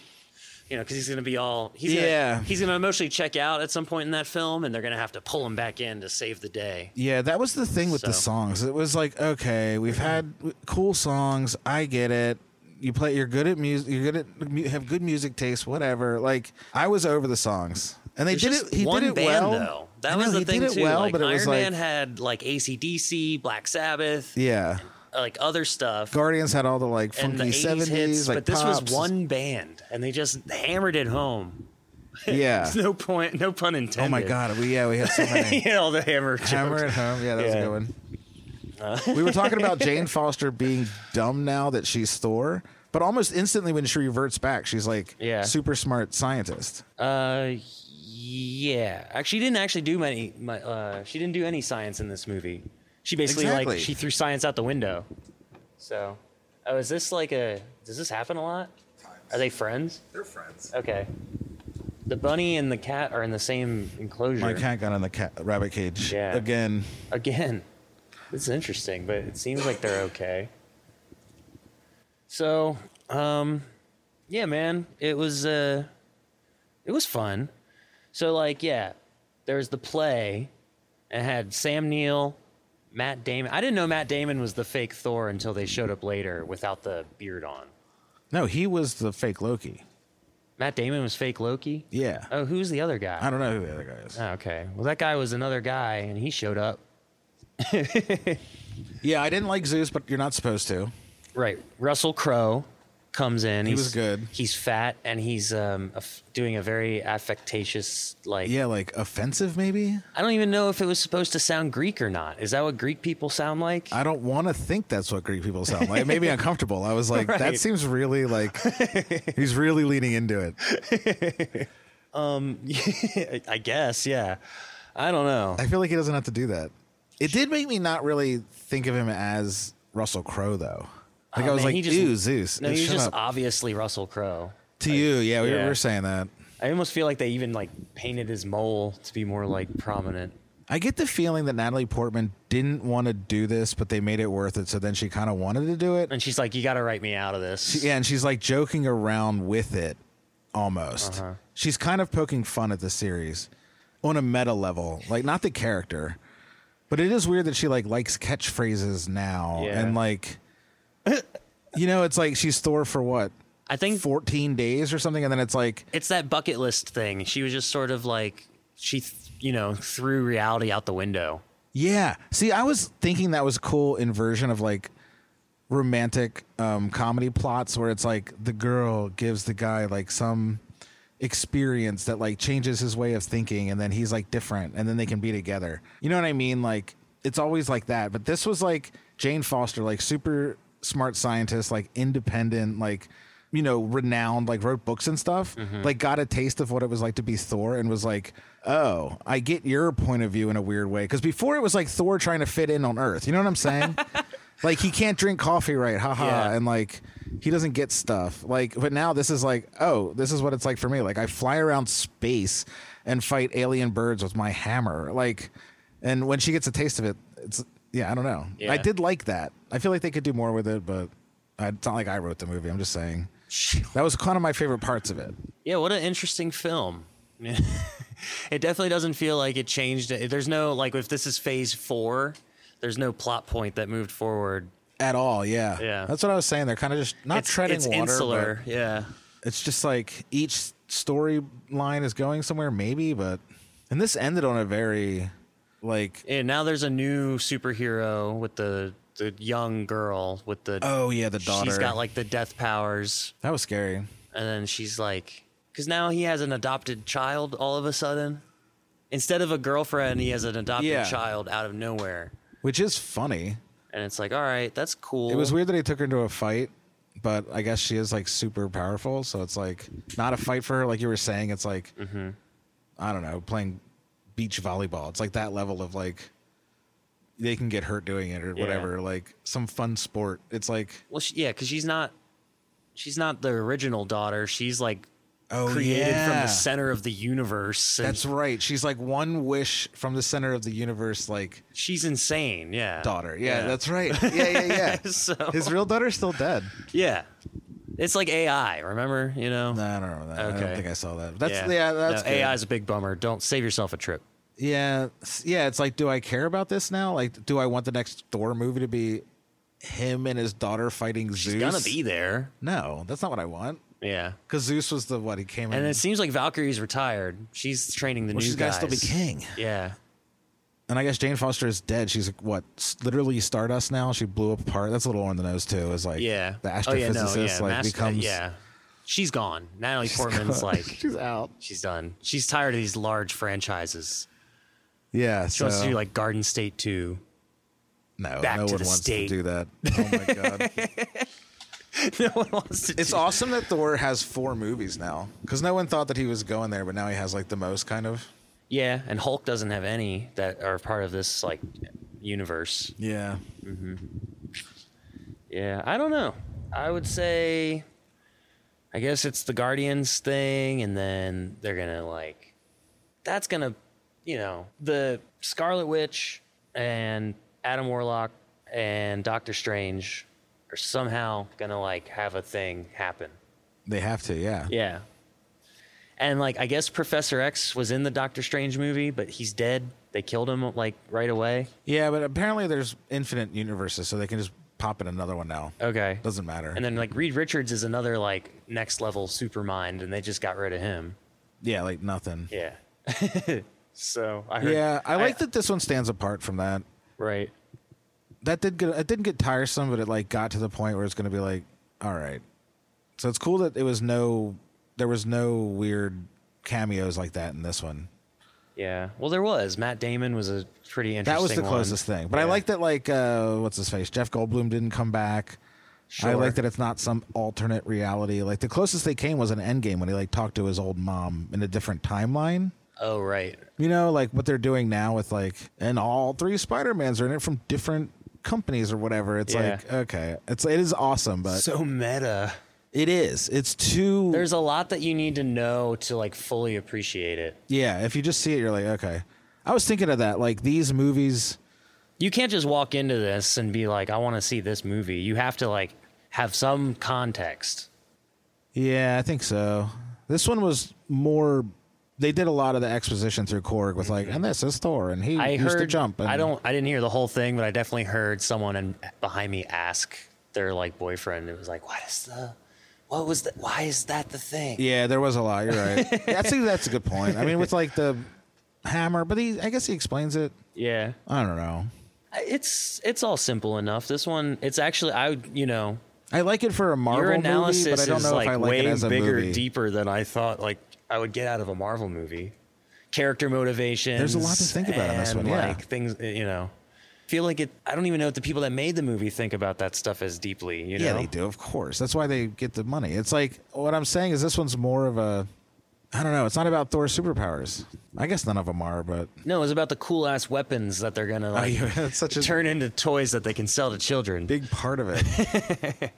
A: you know, because he's gonna be all he's gonna,
B: Yeah.
A: He's gonna emotionally check out at some point in that film, and they're gonna have to pull him back in to save the day.
B: Yeah, that was the thing with the
A: So. Mm-hmm.
B: songs. It was like, okay, we've had w- cool songs. I get it. You play. You're good at music. You're good at mu- have good music taste. Whatever. Like I was over the songs, and they
A: There's
B: did
A: just
B: it. He
A: one
B: did it
A: band
B: well.
A: though. That
B: I know,
A: was the
B: he
A: thing
B: did it
A: too.
B: well,
A: like
B: but it
A: Iron
B: was
A: Man
B: like,
A: had like ACDC, Black Sabbath,
B: yeah.
A: like other stuff.
B: Guardians had all the like
A: and
B: funky
A: the 80s
B: seventies,
A: hits,
B: like
A: but this
B: pops.
A: was one band, and they just hammered it home.
B: Yeah.
A: No point, no pun intended.
B: Oh my god, we yeah, we had so many.
A: yeah, all the hammer,
B: Hammer at
A: jokes.
B: home. Yeah, that was a
A: Yeah. Uh-huh.
B: good one. we were talking about Jane Foster being dumb now that she's Thor, but almost instantly when she reverts back, she's like
A: Yeah.
B: super smart scientist.
A: Uh, yeah. Actually, she didn't actually do many. My, uh, she didn't do any science in this movie. She basically
B: Exactly.
A: like she threw science out the window. So, oh, is this like a? Does this happen a lot? Are they friends?
D: They're friends.
A: Okay. The bunny and the cat are in the same enclosure
B: My cat got in the cat, rabbit cage
A: Yeah.
B: again.
A: again. This is interesting, but it seems like they're okay. So, um, yeah, man, it was uh, it was fun. So, like, yeah, there was the play, and it had Sam Neill, Matt Damon. I didn't know Matt Damon was the fake Thor until they showed up later without the beard on.
B: No, he was the fake Loki.
A: Matt Damon was fake Loki.
B: Yeah,
A: Oh, who's the other guy?
B: I don't know who the other guy is.
A: Oh, okay. Well, that guy was another guy, and he showed up.
B: yeah, I didn't like Zeus, but you're not supposed to.
A: Right. Russell Crowe comes in. He
B: was good.
A: He's fat and he's um, a f- doing a very affectatious, like,
B: Yeah, like offensive maybe.
A: I don't even know if it was supposed to sound Greek or not. Is that what Greek people sound like?
B: I don't want to think that's what Greek people sound like. It made me uncomfortable. I was like, that
A: Right.
B: seems really like he's really leaning into it.
A: I guess, yeah. I don't know.
B: I feel like he doesn't have to do that. It did make me not really think of him as Russell Crowe though. Like
A: Oh,
B: I was
A: man,
B: like,
A: he just-
B: ew, Zeus.
A: No,
B: Shut
A: he's just
B: up.
A: obviously Russell Crowe.
B: to you. Yeah, we, were- we
A: yeah.
B: were saying that.
A: I almost feel like they even like painted his mole to be more like prominent.
B: I get the feeling that Natalie Portman didn't want to do this, but they made it worth it. So then she kind of wanted to do it.
A: And she's like, "You got to write me out of this."
B: Yeah, and she's like joking around with it almost. She's kind of poking fun at the series on a meta level, like not the character, but it is weird that she like likes catchphrases now
A: Yeah.
B: and like, you know, it's like she's Thor for what
A: I think
B: fourteen days or something, and then it's like,
A: it's that bucket list thing. She was just sort of like she, th- you know, threw reality out the window.
B: yeah. See, I was thinking that was cool inversion of like romantic um, comedy plots where it's like the girl gives the guy like some experience that like changes his way of thinking and then he's like different and then they can be together. You know what I mean? Like it's always like that. But this was like Jane Foster, like super smart scientist, like independent, like you know, renowned, like wrote books and stuff, like got a taste of what it was like to be Thor and was like, oh, I get your point of view in a weird way. Cause before it was like Thor trying to fit in on Earth. You know what I'm saying? like he can't drink coffee right haha
A: Yeah.
B: and like he doesn't get stuff like but now this is like oh this is what it's like for me like i fly around space and fight alien birds with my hammer like and when she gets a taste of it it's yeah i don't know
A: Yeah.
B: i did like that i feel like they could do more with it but I, it's not like i wrote the movie i'm just saying that was kind of my favorite parts of it
A: Yeah, what an interesting film. it definitely doesn't feel like it changed. There's no like if this is phase four, there's no plot point that moved forward.
B: at all yeah
A: Yeah.
B: that's what i was saying they're kind of just not
A: it's,
B: treading
A: it's
B: water
A: insular.
B: but
A: yeah,
B: it's just like each storyline is going somewhere maybe but and this ended on a very like
A: and now there's a new superhero with the the young girl with the
B: oh yeah the daughter
A: she's got like the death powers,
B: that was scary
A: and then she's like, because now he has an adopted child all of a sudden. Instead of a girlfriend, he has an adopted
B: Yeah.
A: child out of nowhere,
B: which is funny
A: and it's like, all right, that's cool.
B: it was weird that he took her into a fight but i guess she is like super powerful so it's like not a fight for her like you were saying it's like
A: Mm-hmm.
B: i don't know playing beach volleyball it's like that level of like they can get hurt doing it or
A: Yeah.
B: whatever like some fun sport it's like
A: Well, she, yeah, because she's not, she's not the original daughter. She's like
B: oh
A: created from the center of the universe. and
B: That's right. She's like one wish from the center of the universe, like
A: she's insane. Yeah,
B: daughter. Yeah, that's right. Yeah, yeah, yeah.
A: So-
B: His real daughter's still dead.
A: yeah. It's like AI. Remember, you know.
B: No, I don't remember that. I don't
A: Okay.
B: think I saw that. That's yeah, that's
A: no,
B: good.
A: AI is a big bummer. Don't save yourself a trip.
B: Yeah, s- yeah. It's like, do I care about this now? Like, do I want the next Thor movie to be him and his daughter fighting
A: She's
B: Zeus?
A: gonna be there.
B: No, that's not what I want.
A: Yeah.
B: Because Zeus was the what he came
A: And
B: in.
A: it seems like Valkyrie's retired. She's training the
B: Mm. well,
A: new
B: she's
A: guys.
B: got to still be king.
A: Yeah.
B: And I guess Jane Foster is dead. She's what s- literally Stardust now. She blew up apart. That's a little on the nose too. Is like
A: Yeah.
B: the
A: oh yeah.
B: astrophysicist
A: No. Yeah.
B: like
A: Master-
B: becomes
A: yeah. She's gone. Natalie Portman's like
B: she's out.
A: she's done. She's tired of these large franchises.
B: Yeah,
A: She wants to do like Garden State 2.
B: no,
A: back
B: no
A: to
B: one
A: the
B: wants
A: state.
B: to do that. Oh my god,
A: no one wants to.
B: it's
A: do-
B: awesome that Thor has four movies now because no one thought that he was going there, but now he has like the most kind of.
A: yeah, and Hulk doesn't have any that are part of this like universe.
B: Yeah,
A: Yeah, I don't know. I would say, I guess it's the Guardians thing, and then they're gonna like, that's gonna, you know, the Scarlet Witch and Adam Warlock and Doctor Strange are somehow gonna like have a thing happen.
B: they have to. Yeah,
A: Yeah. And like I guess Professor X was in the Doctor Strange movie, but he's dead. They killed him like right away.
B: yeah, but apparently there's infinite universes, so they can just pop in another one now.
A: Okay.
B: Doesn't matter.
A: And then like Reed Richards is another like next level supermind and they just got rid of him.
B: yeah, like nothing.
A: Yeah. so I heard
B: Yeah, I like that this one stands apart from that.
A: Right.
B: that did get it didn't get tiresome, but it like got to the point where it's going to be like, all right. So it's cool that it was no, there was no weird cameos like that in this one.
A: Yeah. Well there was. Matt Damon was a pretty interesting
B: That was the
A: one.
B: closest thing. But I
A: Yeah.
B: like that like uh, what's his face, Jeff Goldblum didn't come back. I
A: Sure.
B: like that it's not some alternate reality. Like the closest they came was an Endgame when he like talked to his old mom in a different timeline.
A: Oh right.
B: You know, like what they're doing now with like, and all three Spider Mans are in it from different companies or whatever. It's
A: Yeah.
B: like okay, it's it is awesome, but
A: So meta.
B: it is. It's too.
A: There's a lot that you need to know to like fully appreciate it.
B: yeah, if you just see it, you're like okay. I was thinking of that. Like these movies.
A: You can't just walk into this and be like, I want to see this movie. You have to like have some context.
B: Yeah, I think so. This one was more. They did a lot of the exposition through Korg with like, and this is Thor, and he
A: Mm-hmm. I
B: used
A: heard
B: to jump. And
A: I don't I didn't hear the whole thing, but I definitely heard someone and behind me ask their like boyfriend. It was like, what is the what was the why is that the thing?
B: Yeah, there was a lot. You're right. I think that's a good point. I mean, with like the hammer, but he, I guess he explains it.
A: yeah.
B: I don't know.
A: It's it's all simple enough. This one it's actually I would- you know,
B: I like it for a Marvel
A: your analysis
B: movie, but I don't
A: is
B: know
A: like
B: if I like
A: way
B: it as a
A: bigger,
B: movie.
A: deeper than I thought. Like I would get out of a Marvel movie. Character motivation.
B: think about in this one, yeah.
A: Like things, you know. Feel like it. I don't even know if the people that made the movie think about that stuff as deeply. You know.
B: Yeah, they do. Of course. That's why they get the money. It's like what I'm saying is this one's more of a. I don't know. It's not about Thor's superpowers. I guess none of them are, but
A: No, it's about the cool ass weapons that they're gonna like
B: Oh, yeah, that's such a-
A: turn into toys that they can sell to children.
B: big part of it.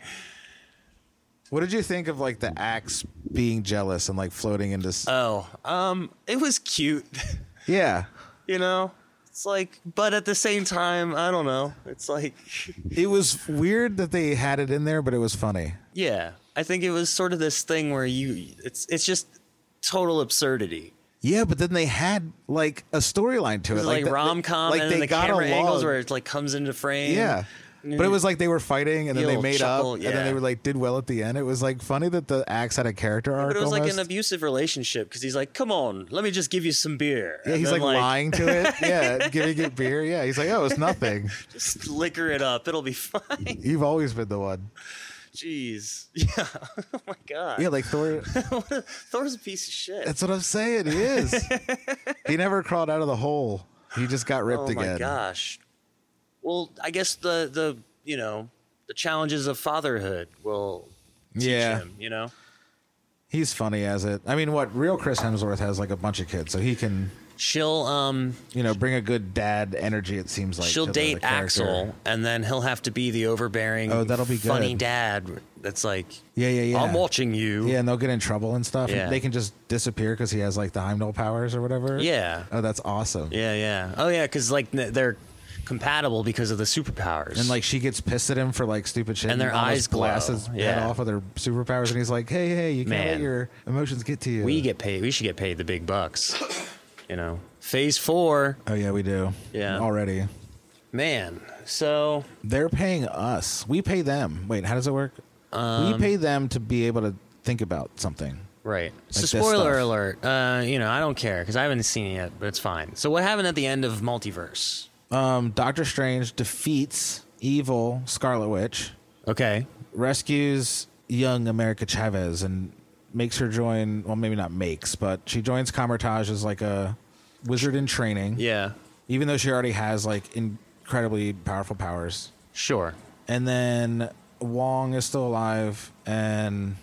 B: what did you think of like the axe being jealous and like floating into? s
A: oh, um, it was cute,
B: yeah,
A: you know. It's like, but at the same time, I don't know. It's like,
B: it was weird that they had it in there, but it was funny.
A: yeah, I think it was sort of this thing where you, it's it's just total absurdity.
B: Yeah, but then they had like a storyline to it,
A: It was like,
B: the-
A: rom com
B: like
A: and then
B: they
A: the
B: got
A: camera
B: along.
A: angles where it like comes into frame.
B: Yeah. But it was like they were fighting and then they
A: Little
B: made
A: chuckle,
B: up and then
A: yeah.
B: they were like did well at the end. It was like funny that the axe had a character arc.
A: But it was like
B: almost.
A: an abusive relationship because he's like, "Come on, let me just give you some beer."
B: yeah,
A: And
B: he's
A: then,
B: like, lying to it. Yeah, giving it beer. Yeah, he's like, oh, it's nothing.
A: Just liquor it up; it'll be fine.
B: You've always been the one.
A: Jeez. Yeah. oh my god.
B: Yeah, like Thor.
A: Thor's a piece of shit.
B: That's what I'm saying. He is. he never crawled out of the hole. He just got ripped
A: oh my
B: again.
A: gosh. Well, I guess the the you know the challenges of fatherhood will teach
B: Yeah.
A: him. You know.
B: He's funny as it. I mean, what real Chris Hemsworth has like a bunch of kids, so he can,
A: She'll um
B: you know, bring a good dad energy. It seems like
A: she'll
B: to the- the
A: date
B: character.
A: Axel and then he'll have to be the overbearing
B: Oh, that'll be
A: funny
B: good.
A: dad that's like
B: Yeah, yeah, yeah.
A: I'm watching you.
B: Yeah, and they'll get in trouble and stuff.
A: Yeah.
B: They can just disappear because he has like the Heimdall powers or whatever.
A: Yeah.
B: Oh, that's awesome.
A: Yeah, yeah. Oh yeah, cuz like n- they're compatible because of the superpowers.
B: And like she gets pissed at him for like stupid shit,
A: And their
B: almost
A: eyes glow.
B: blasts his head
A: Yeah.
B: off with their superpowers, and he's like, "Hey, hey, you can't let
A: Man.
B: your emotions get to you."
A: we get paid we should get paid the big bucks. You know. Phase 4
B: Oh yeah, we do.
A: Yeah.
B: Already,
A: Man, so
B: they're paying us. We pay them. Wait, how does it work? we pay them to be able to think about something.
A: right. so
B: this
A: spoiler
B: stuff.
A: alert. Uh, you know, I don't care because I haven't seen it yet, but it's fine. So what happened at the end of Multiverse?
B: Um, Doctor Strange defeats evil Scarlet Witch.
A: Okay.
B: rescues young America Chavez and makes her join. Well, maybe not makes, but she joins Comertage as like a wizard in training.
A: Yeah.
B: Even though she already has like incredibly powerful powers,
A: Sure.
B: and then Wong is still alive, and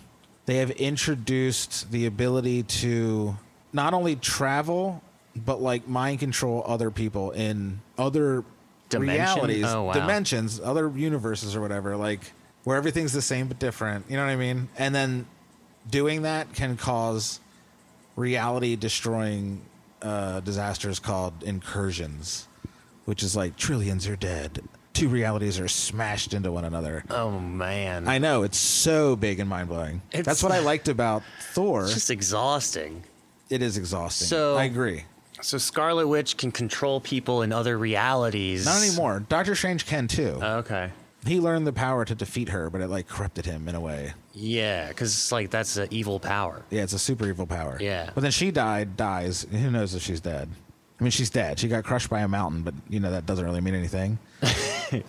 B: they have introduced the ability to not only travel but like mind control other people in other
A: Dimension?
B: realities,
A: Oh, wow.
B: dimensions, other universes or whatever, like where everything's the same but different. You know what I mean? And then doing that can cause reality destroying uh, disasters called incursions, which is like trillions are dead. Two realities are smashed into one another.
A: Oh man.
B: I know it's so big and mind blowing.
A: It's-
B: That's what I liked about Thor.
A: it's just exhausting.
B: it is exhausting.
A: So-
B: I agree.
A: So Scarlet Witch can control people in other realities.
B: Not anymore. Doctor Strange can too.
A: Okay.
B: he learned the power to defeat her, but it like corrupted him in a way.
A: Yeah, because like that's an evil power.
B: Yeah, it's a super evil power.
A: Yeah.
B: But then she died, dies. and Who knows if she's dead? I mean, she's dead. She got crushed by a mountain, but you know that doesn't really mean anything.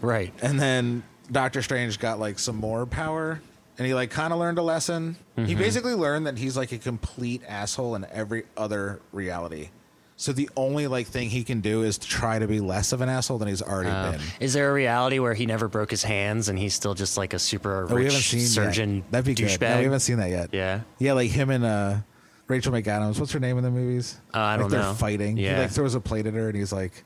A: Right.
B: And then Doctor Strange got like some more power, and he like kind of learned a lesson. He
A: Mm-hmm.
B: basically learned that he's like a complete asshole in every other reality. So the only like thing he can do is to try to be less of an asshole than he's already been.
A: Is there a reality where he never broke his hands and he's still just like a super
B: Oh,
A: rich surgeon
B: that. That'd be good. No,
A: douchebag?
B: we haven't seen that yet.
A: Yeah.
B: Yeah, like him and uh Rachel McAdams. What's her name in the movies?
A: Uh, I
B: like
A: don't
B: they're
A: know.
B: fighting. He
A: Yeah.
B: like throws a plate at her, and he's like,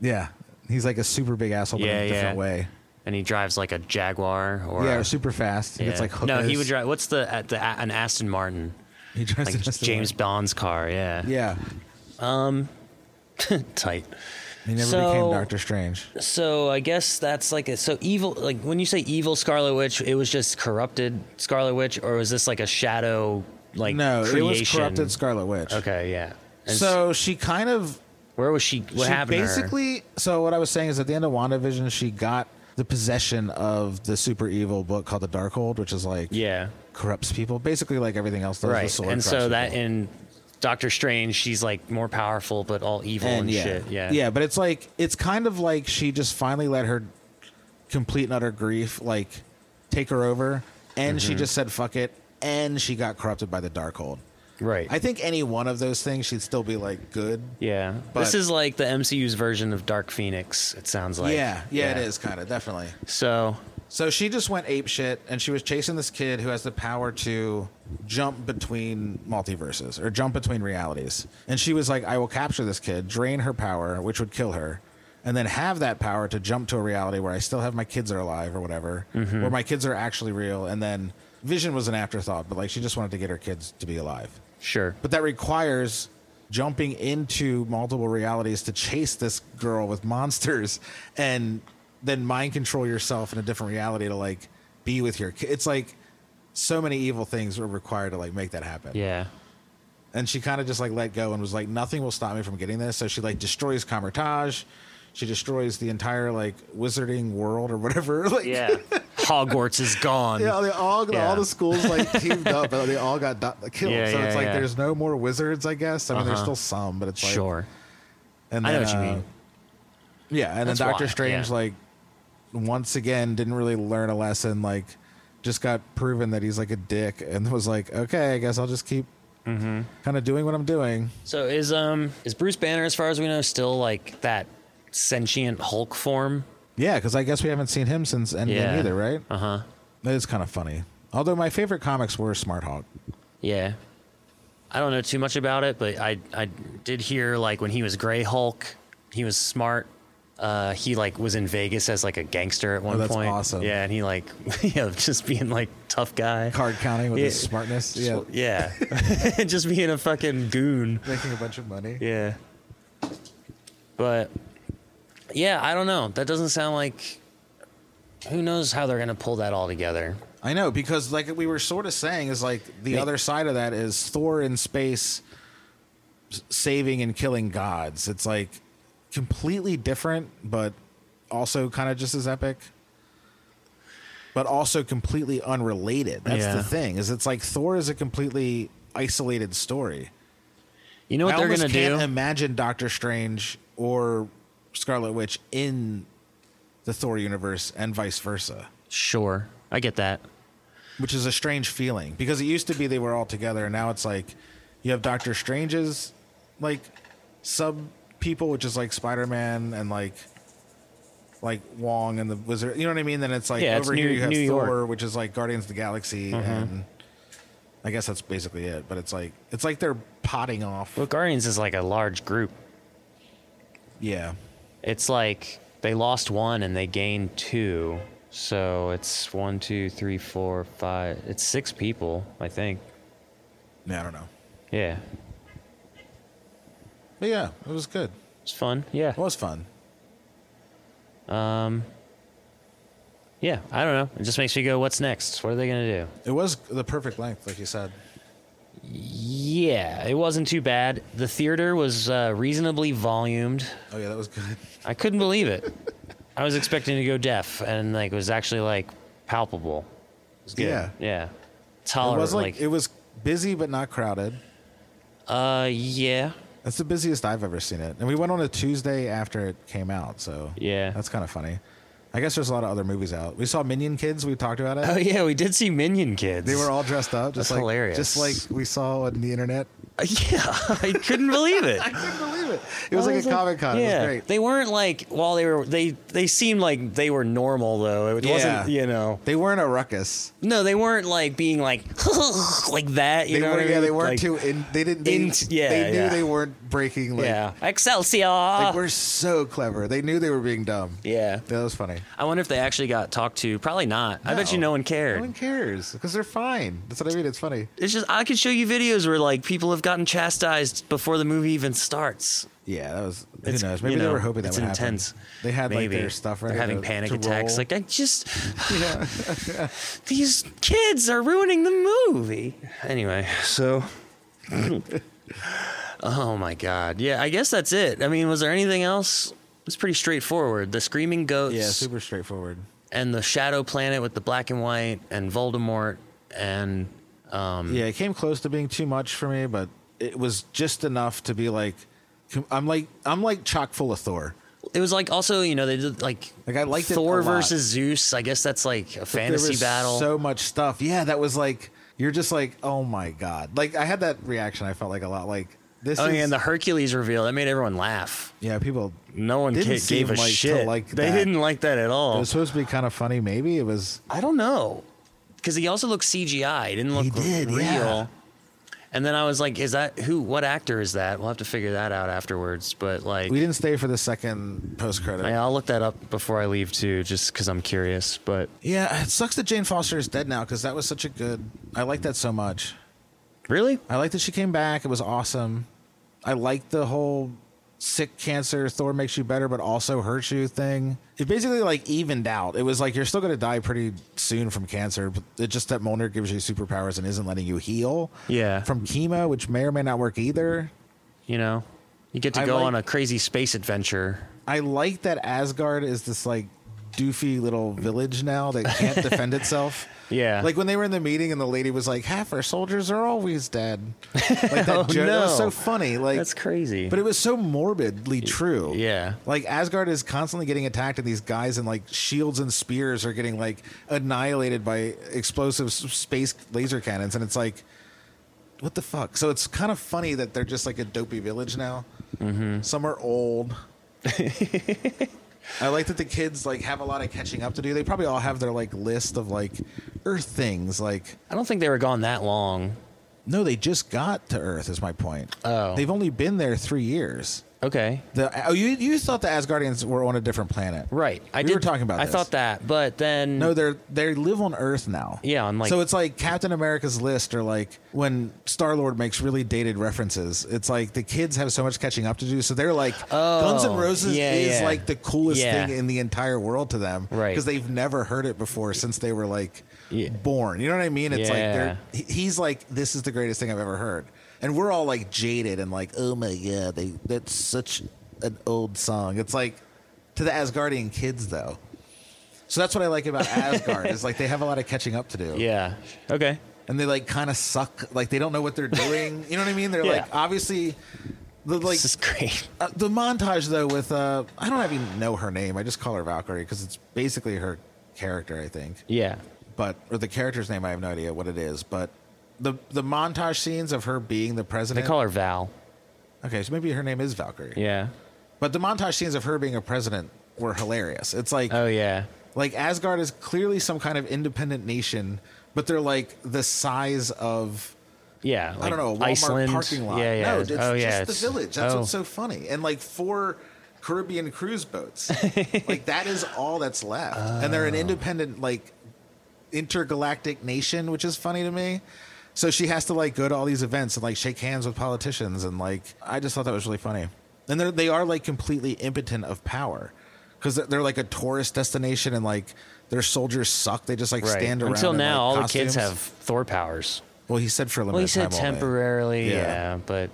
B: "Yeah." He's like a super big asshole, but
A: Yeah,
B: in a different
A: yeah.
B: way.
A: And he drives like a Jaguar or
B: Yeah,
A: a-
B: or super fast. He
A: yeah.
B: gets like hookers.
A: no, he would drive. What's the, at the an Aston Martin?
B: He drives
A: Like
B: it just
A: James
B: away.
A: Bond's car. Yeah,
B: Yeah,
A: tight.
B: he never
A: So-
B: became Doctor Strange.
A: So I guess that's like a so evil. Like when you say evil Scarlet Witch, it was just corrupted Scarlet Witch, or was this like a shadow? Like
B: No,
A: creation?
B: it was corrupted Scarlet Witch.
A: Okay, yeah. And so
B: So she kind of
A: where was she? What
B: she
A: happened? to her?
B: basically so what I was saying is at the end of WandaVision she got the possession of the super evil book called the Darkhold, which is like
A: yeah,
B: corrupts people. Basically like everything else does the
A: right.
B: sword
A: And
B: corrupts
A: so that
B: people.
A: in Doctor Strange, she's like more powerful, but all evil and, shit. Yeah,
B: Yeah, but it's like it's kind of like she just finally let her complete and utter grief like take her over and
A: Mm-hmm.
B: she just said fuck it and she got corrupted by the Darkhold.
A: right.
B: I think any one of those things she'd still be like good.
A: yeah, this
B: but-
A: is like the MCU's version of Dark Phoenix. It sounds like.
B: yeah, yeah, it is kind of definitely.
A: So
B: So she just went ape shit, and she was chasing this kid who has the power to jump between multiverses or jump between realities. And she was like, "I will capture this kid, drain her power, which would kill her, and then have that power to jump to a reality where I still have my kids are alive or whatever, where my kids are actually real." And then Vision was an afterthought, but like she just wanted to get her kids to be alive.
A: sure.
B: But that requires jumping into multiple realities to chase this girl with monsters and then mind control yourself in a different reality to like be with your ki- it's like so many evil things were required to like make that happen
A: Yeah.
B: and she kind of just like let go and was like nothing will stop me from getting this so she like destroys Kamertage she destroys the entire like wizarding world or whatever like
A: Yeah. Hogwarts is gone.
B: yeah, they all
A: Yeah.
B: all the schools like teamed up, and they all got do- killed.
A: Yeah,
B: so
A: yeah,
B: it's like
A: yeah.
B: there's no more wizards, I guess. I mean, there's
A: Uh-huh.
B: still some, but it's like
A: Sure.
B: And
A: I know
B: then,
A: what you
B: uh,
A: mean.
B: Yeah, and
A: That's
B: then Doctor
A: wild,
B: Strange
A: yeah.
B: like once again didn't really learn a lesson. Like just got proven that he's like a dick, and was like, okay, I guess I'll just keep
A: Mm-hmm.
B: kind of doing what I'm doing.
A: So is um is Bruce Banner, as far as we know, still like that sentient Hulk form?
B: Yeah, because I guess we haven't seen him since Endgame
A: Yeah.
B: either, right?
A: Uh huh.
B: That is kind of funny. Although my favorite comics were Smart Hawk.
A: Yeah. I don't know too much about it, but I I did hear like when he was Gray Hulk, he was smart. Uh, he like was in Vegas as like a gangster at one
B: Oh, that's
A: point.
B: awesome.
A: Yeah, and he like yeah, just being like tough guy.
B: Card counting with his
A: Yeah.
B: smartness. Yeah.
A: Yeah. just being a fucking goon.
B: Making a bunch of money.
A: Yeah. But yeah, I don't know. That doesn't sound like who knows how they're gonna pull that all together.
B: I know because like we were sort of saying is like the other side of that is Thor in space s- saving and killing gods. It's like completely different but also kind of just as epic. But also completely unrelated. That's
A: Yeah.
B: the thing. Is it's like Thor is a completely isolated story.
A: You know what
B: I
A: they're
B: almost
A: gonna
B: can't
A: do?
B: imagine Doctor Strange or Scarlet Witch in the Thor universe and vice versa
A: sure. I get that.
B: which is a strange feeling because it used to be they were all together and now it's like you have Doctor Strange's like sub people which is like Spider-Man and like like Wong and the Wizard. You know what I mean? Then it's like
A: Yeah, it's
B: over
A: New-
B: here you have
A: New
B: Thor
A: York. Mm-hmm.
B: which is like Guardians of the Galaxy and I guess that's basically it, but it's like it's like they're potting off.
A: Well Guardians is like a large group.
B: Yeah.
A: It's like they lost one and they gained two. So it's one, two, three, four, five it's six people, I think.
B: Yeah, I don't know.
A: Yeah.
B: But yeah, it was good.
A: It's fun. Yeah.
B: It was fun.
A: Yeah. I don't know. It just makes me go, what's next? What are they gonna do?
B: It was the perfect length like you said.
A: Yeah, it wasn't too bad. The theater was uh, reasonably volumed.
B: Oh yeah, that was good.
A: I couldn't believe it. I was expecting to go deaf, and like it was actually like palpable. It was good.
B: Yeah.
A: yeah.
B: It
A: Tolerant,
B: was
A: like,
B: like it was busy but not crowded.
A: uh, yeah,
B: That's the busiest I've ever seen it. And we went on a Tuesday after it came out, so
A: Yeah.
B: that's kind of funny. I guess there's a lot of other movies out. We saw Minion Kids. We talked about it.
A: Oh yeah, we did see Minion Kids.
D: They were all dressed up. Just
A: That's
D: like,
A: hilarious.
D: Just like we saw on the internet.
A: yeah. I couldn't believe it.
D: I couldn't believe it. It was like a Comic Con. It was great.
A: They weren't like while they were they they seemed like they were normal though. It
B: Yeah.
A: wasn't you know
D: They weren't a ruckus.
A: no they weren't like being like like that. You
D: They
A: know what
D: weren't. Yeah,
A: I mean?
D: they weren't
A: Like,
D: too. In, they didn't. They,
A: Int- yeah,
D: they knew
A: yeah.
D: they weren't breaking. Like,
A: yeah, Excelsior.
D: like, we're so clever. They knew they were being dumb.
A: yeah.
D: That was funny.
A: I wonder if they actually got talked to. Probably not. I bet you no one cared.
D: No one cares because they're fine. That's what I mean. It's funny.
A: it's just I could show you videos where like people have gotten chastised before the movie even starts.
D: Yeah, that was.
B: Who
A: It's-
B: knows? Maybe
A: you
B: they
A: know,
B: were hoping that
A: it's
B: would happen.
A: intense.
B: They had like
A: Maybe
B: their stuff ready.
A: They're having
B: to-
A: panic
B: to
A: attacks.
B: roll.
A: Like I just
D: Yeah.
A: these kids are ruining the movie. Anyway, so. oh my god. Yeah, I guess that's it. I mean, was there anything else? It's pretty straightforward. The screaming goats
B: yeah, super straightforward.
A: and the shadow planet with the black and white and Voldemort and um
B: Yeah, it came close to being too much for me, but it was just enough to be like, I'm like, I'm like chock full of Thor.
A: it was like also, you know, they did like
B: Like, I liked it
A: Thor
B: a lot.
A: versus Zeus. I guess that's like a
B: There
A: fantasy
B: was
A: battle.
B: So much stuff. Yeah, that was like you're just like, oh my god. Like I had that reaction. I felt like a lot like this.
A: oh
B: is,
A: yeah, and the Hercules reveal, that made everyone laugh.
B: yeah people.
A: No one
B: Didn't
A: ca-
B: seem
A: gave a
B: like to
A: shit.
B: like
A: they
B: that.
A: didn't like that at all.
B: It was supposed to be kind of funny. Maybe it was.
A: I don't know. Because he also looked CGI. He didn't look
B: He did,
A: real.
B: yeah.
A: And then I was like, is that who? What actor is that? We'll have to figure that out afterwards. But like,
B: We didn't stay for the second post credit.
A: I, will look that up before I leave too, just because I'm curious. But
B: Yeah, it sucks that Jane Foster is dead now because that was such a good. I like that so much.
A: really?
B: I like that she came back. It was awesome. I liked the whole sick cancer Thor makes you better, but also hurts you thing. It basically like evened out. It was like you're still going to die pretty soon from cancer, but it's just that Mjolnir gives you superpowers and isn't letting you heal.
A: Yeah.
B: from chemo, which may or may not work either.
A: You know, you get to
B: I
A: go
B: like-
A: on a crazy space adventure.
B: I like that Asgard is this like doofy little village now that can't defend itself.
A: Yeah.
B: Like when they were in the meeting and the lady was like, half our soldiers are always dead. Like that
A: Oh,
B: joke that was
A: no.
B: so funny. Like
A: That's crazy.
B: But it was so morbidly true.
A: yeah.
B: Like Asgard is constantly getting attacked and these guys in like shields and spears are getting like annihilated by explosive s- space laser cannons and it's like what the fuck? So it's kind of funny that they're just like a dopey village now.
A: Mm-hmm.
B: Some are old. I like that the kids like have a lot of catching up to do. They probably all have their like list of like Earth things. Like,
A: I don't think they were gone that long.
B: no, they just got to Earth. Is my point.
A: Oh.
B: they've only been there three years.
A: Okay.
B: The oh, you you thought the Asgardians were on a different planet,
A: Right. I
B: We
A: did,
B: were talking about
A: I
B: this.
A: thought that, but then.
B: No, they're they live on Earth now.
A: Mm. Yeah, I'm like-
B: so it's like Captain America's list, or like when Star Lord makes really dated references. It's like the kids have so much catching up to do, so they're like, Guns N' Roses
A: Oh, yeah,
B: is
A: yeah.
B: like the coolest
A: Yeah.
B: thing in the entire world to them,
A: Right.
B: Because they've never heard it before since they were like
A: Yeah.
B: born. You know what I mean? It's like
A: Yeah.
B: they're, he- he's like, this is the greatest thing I've ever heard, and we're all like jaded and like, oh my god, they that's such an old song. It's like to the Asgardian kids though. So that's what I like about Asgard is like they have a lot of catching up to do.
A: yeah. Okay.
B: And they like kind of suck. Like they don't know what they're doing. You know what I mean? They're
A: Yeah.
B: like obviously the like
A: this is great.
B: uh, the montage though with uh I don't even know her name. I just call her Valkyrie because it's basically her character, I think.
A: Yeah.
B: But or the character's name, I have no idea what it is. But the the montage scenes of her being the
A: They
B: president.
A: call her Val.
B: okay, so maybe her name is Valkyrie.
A: Yeah.
B: But the montage scenes of her being a president were hilarious. It's like
A: Oh, yeah.
B: Like Asgard is clearly some kind of independent nation, but they're like the size of
A: Yeah,
B: I
A: like
B: don't know a Walmart
A: Iceland.
B: parking lot.
A: Yeah, yeah.
B: No, it's
A: oh, yeah.
B: just
A: it's-
B: the village. That's
A: oh.
B: what's so funny. And like four Caribbean cruise boats. like that is all that's left. And
A: Oh.
B: they're an independent like intergalactic nation, which is funny to me. So she has to like go to all these events and like shake hands with politicians and like I just thought that was really funny. And they're they are like completely impotent of power because they're, they're like a tourist destination and like their soldiers suck. They just like
A: right.
B: stand around
A: Until
B: in, like,
A: now, all the kids
B: costumes.
A: have Thor powers.
B: Well, he said for a limited
A: Well, he said
B: time only.
A: temporarily.
B: Yeah.
A: Yeah. but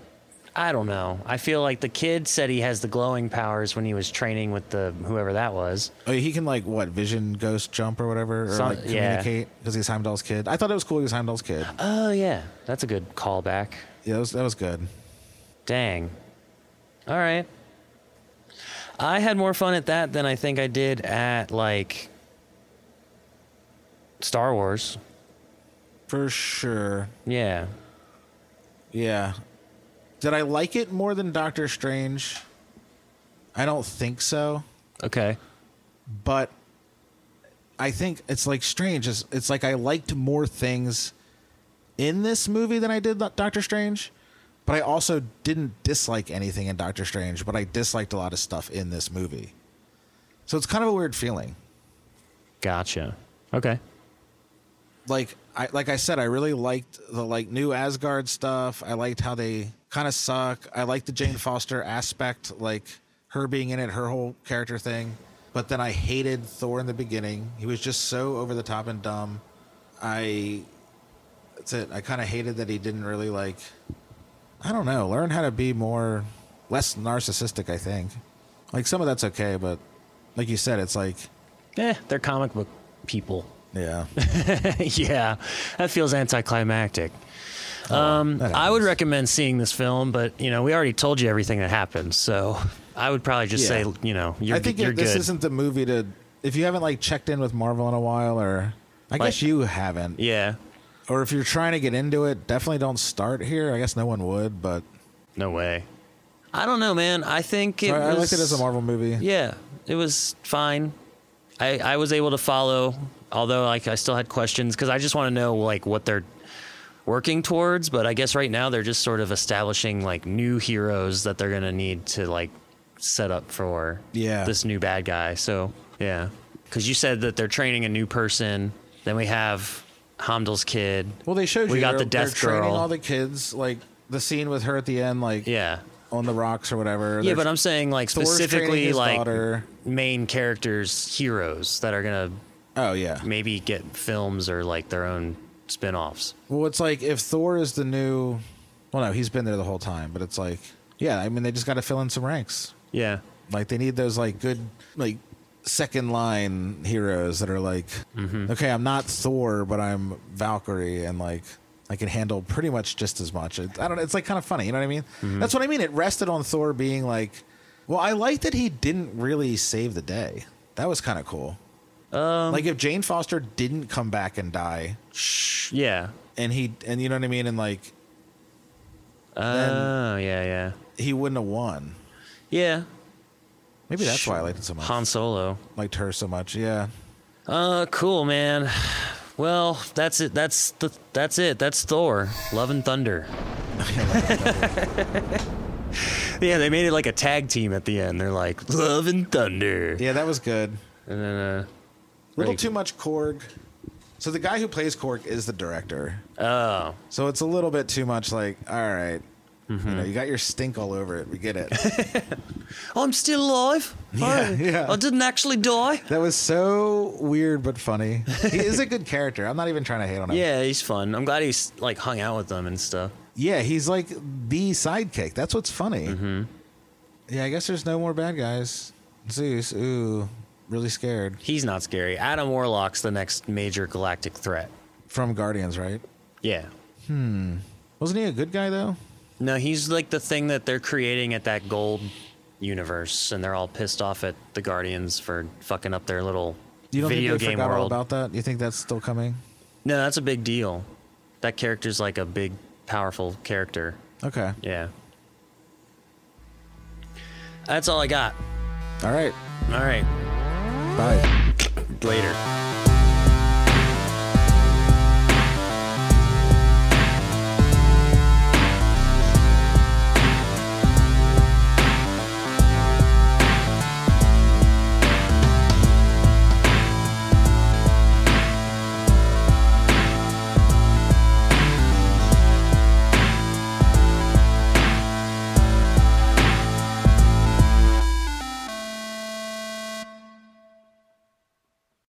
A: I don't know. I feel like the kid said he has the glowing powers when he was training with the whoever that was.
B: Oh, he can like what vision, ghost, jump, or whatever, or
A: Some-
B: like
A: yeah.
B: communicate because he's Heimdall's kid. I thought it was cool. He was Heimdall's kid.
A: Oh yeah, that's a good callback.
B: Yeah, that was, that was good.
A: Dang. All right. I had more fun at that than I think I did at like Star Wars.
B: for sure.
A: Yeah.
B: Yeah. Did I like it more than Doctor Strange? I don't think so,
A: Okay.
B: but I think it's like Strange is it's like I liked more things in this movie than I did Doc- Doctor Strange, but I also didn't dislike anything in Doctor Strange, but I disliked a lot of stuff in this movie. So it's kind of a weird feeling.
A: Gotcha. Okay.
B: like I like I said, I really liked the like new Asgard stuff. I liked how they kind of suck. I liked the Jane Foster aspect, like her being in it, her whole character thing. But then I hated Thor in the beginning. He was just so over the top and dumb. I that's it. I kind of hated that he didn't really like. I don't know. Learn how to be more less narcissistic. I think like some of that's okay, but like you said, it's like
A: Eh, they're comic book people.
B: yeah,
A: yeah. That feels anticlimactic. um,
B: Oh, that
A: I would
B: happens.
A: recommend seeing this film, but you know, we already told you everything that happened, so I would probably just
B: Yeah.
A: say, you know, you're,
B: I think
A: you're
B: it- this
A: good.
B: isn't the movie to if you haven't like checked in with Marvel in a while, or I guess you haven't,
A: yeah.
B: or if you're trying to get into it, definitely don't start here. I guess no one would, but
A: No way. I don't know, man. I think it
B: I, I
A: was,
B: liked it as a Marvel movie.
A: Yeah, it was fine. I I was able to follow, although like I still had questions because I just want to know like what they're working towards. But I guess right now they're just sort of establishing like new heroes that they're gonna need to like set up for
B: Yeah.
A: this new bad guy. So yeah, because you said that they're training a new person. Then we have Hamdall's kid.
B: Well, they showed
A: We
B: you
A: got
B: they're-
A: the Death
B: they're
A: Girl.
B: training all the kids, like the scene with her at the end, like
A: yeah.
B: on the rocks or whatever.
A: Yeah, but I'm saying like
B: Thor's training
A: specifically
B: his
A: like
B: daughter.
A: main characters, heroes that are gonna
B: oh yeah.
A: maybe get films or like their own spin-offs.
B: Well, it's like if Thor is the new, well, no, he's been there the whole time, but it's like yeah, I mean they just got to fill in some ranks.
A: Yeah.
B: Like they need those like good like second line heroes that are like, okay, I'm not Thor, but I'm Valkyrie, and like I can handle pretty much just as much. It, I don't. know. It's like kind of funny, you know what I mean? That's what I mean. It rested on Thor being like, well, I like that he didn't really save the day. That was kind of cool. like if Jane Foster didn't come back and die,
A: Yeah.
B: and he and you know what I mean, and like
A: Oh, yeah, yeah.
B: he wouldn't have won.
A: Yeah.
B: Maybe that's why I liked it so much.
A: Han Solo.
B: liked her so much. Yeah.
A: Uh cool, man. Well, that's it. That's the that's it. That's Thor. Love and Thunder. yeah, they made it like a tag team at the end. They're like Love and Thunder.
B: Yeah, that was good.
A: And then uh
B: A little
A: Right.
B: too much Korg. So the guy who plays Korg is the director.
A: oh,
B: So it's a little bit too much. Like, all right, you
A: Mm-hmm.
B: know, you got your stink all over it. We get it.
A: I'm still alive. I,
B: yeah.
A: I didn't actually die.
B: that was so weird but funny. He is a good character. I'm not even trying to hate on him.
A: Yeah, he's fun. I'm glad he's like hung out with them and stuff.
B: Yeah, he's like the sidekick. That's what's funny.
A: Mm-hmm.
B: Yeah, I guess there's no more bad guys. Zeus, ooh, really scared
A: He's not scary. Adam Warlock's the next major galactic threat.
B: from Guardians, right?
A: Yeah.
B: Wasn't he a good guy though?
A: No, he's like the thing that they're creating at that gold universe, and they're all pissed off at the Guardians for fucking up their little
B: You don't
A: video
B: think they
A: game
B: forgot all
A: world.
B: about that? You think that's still coming?
A: no, that's a big deal. That character's like a big, powerful character.
B: Okay.
A: Yeah. That's all I got.
B: All right.
A: All right.
B: Bye.
A: Later.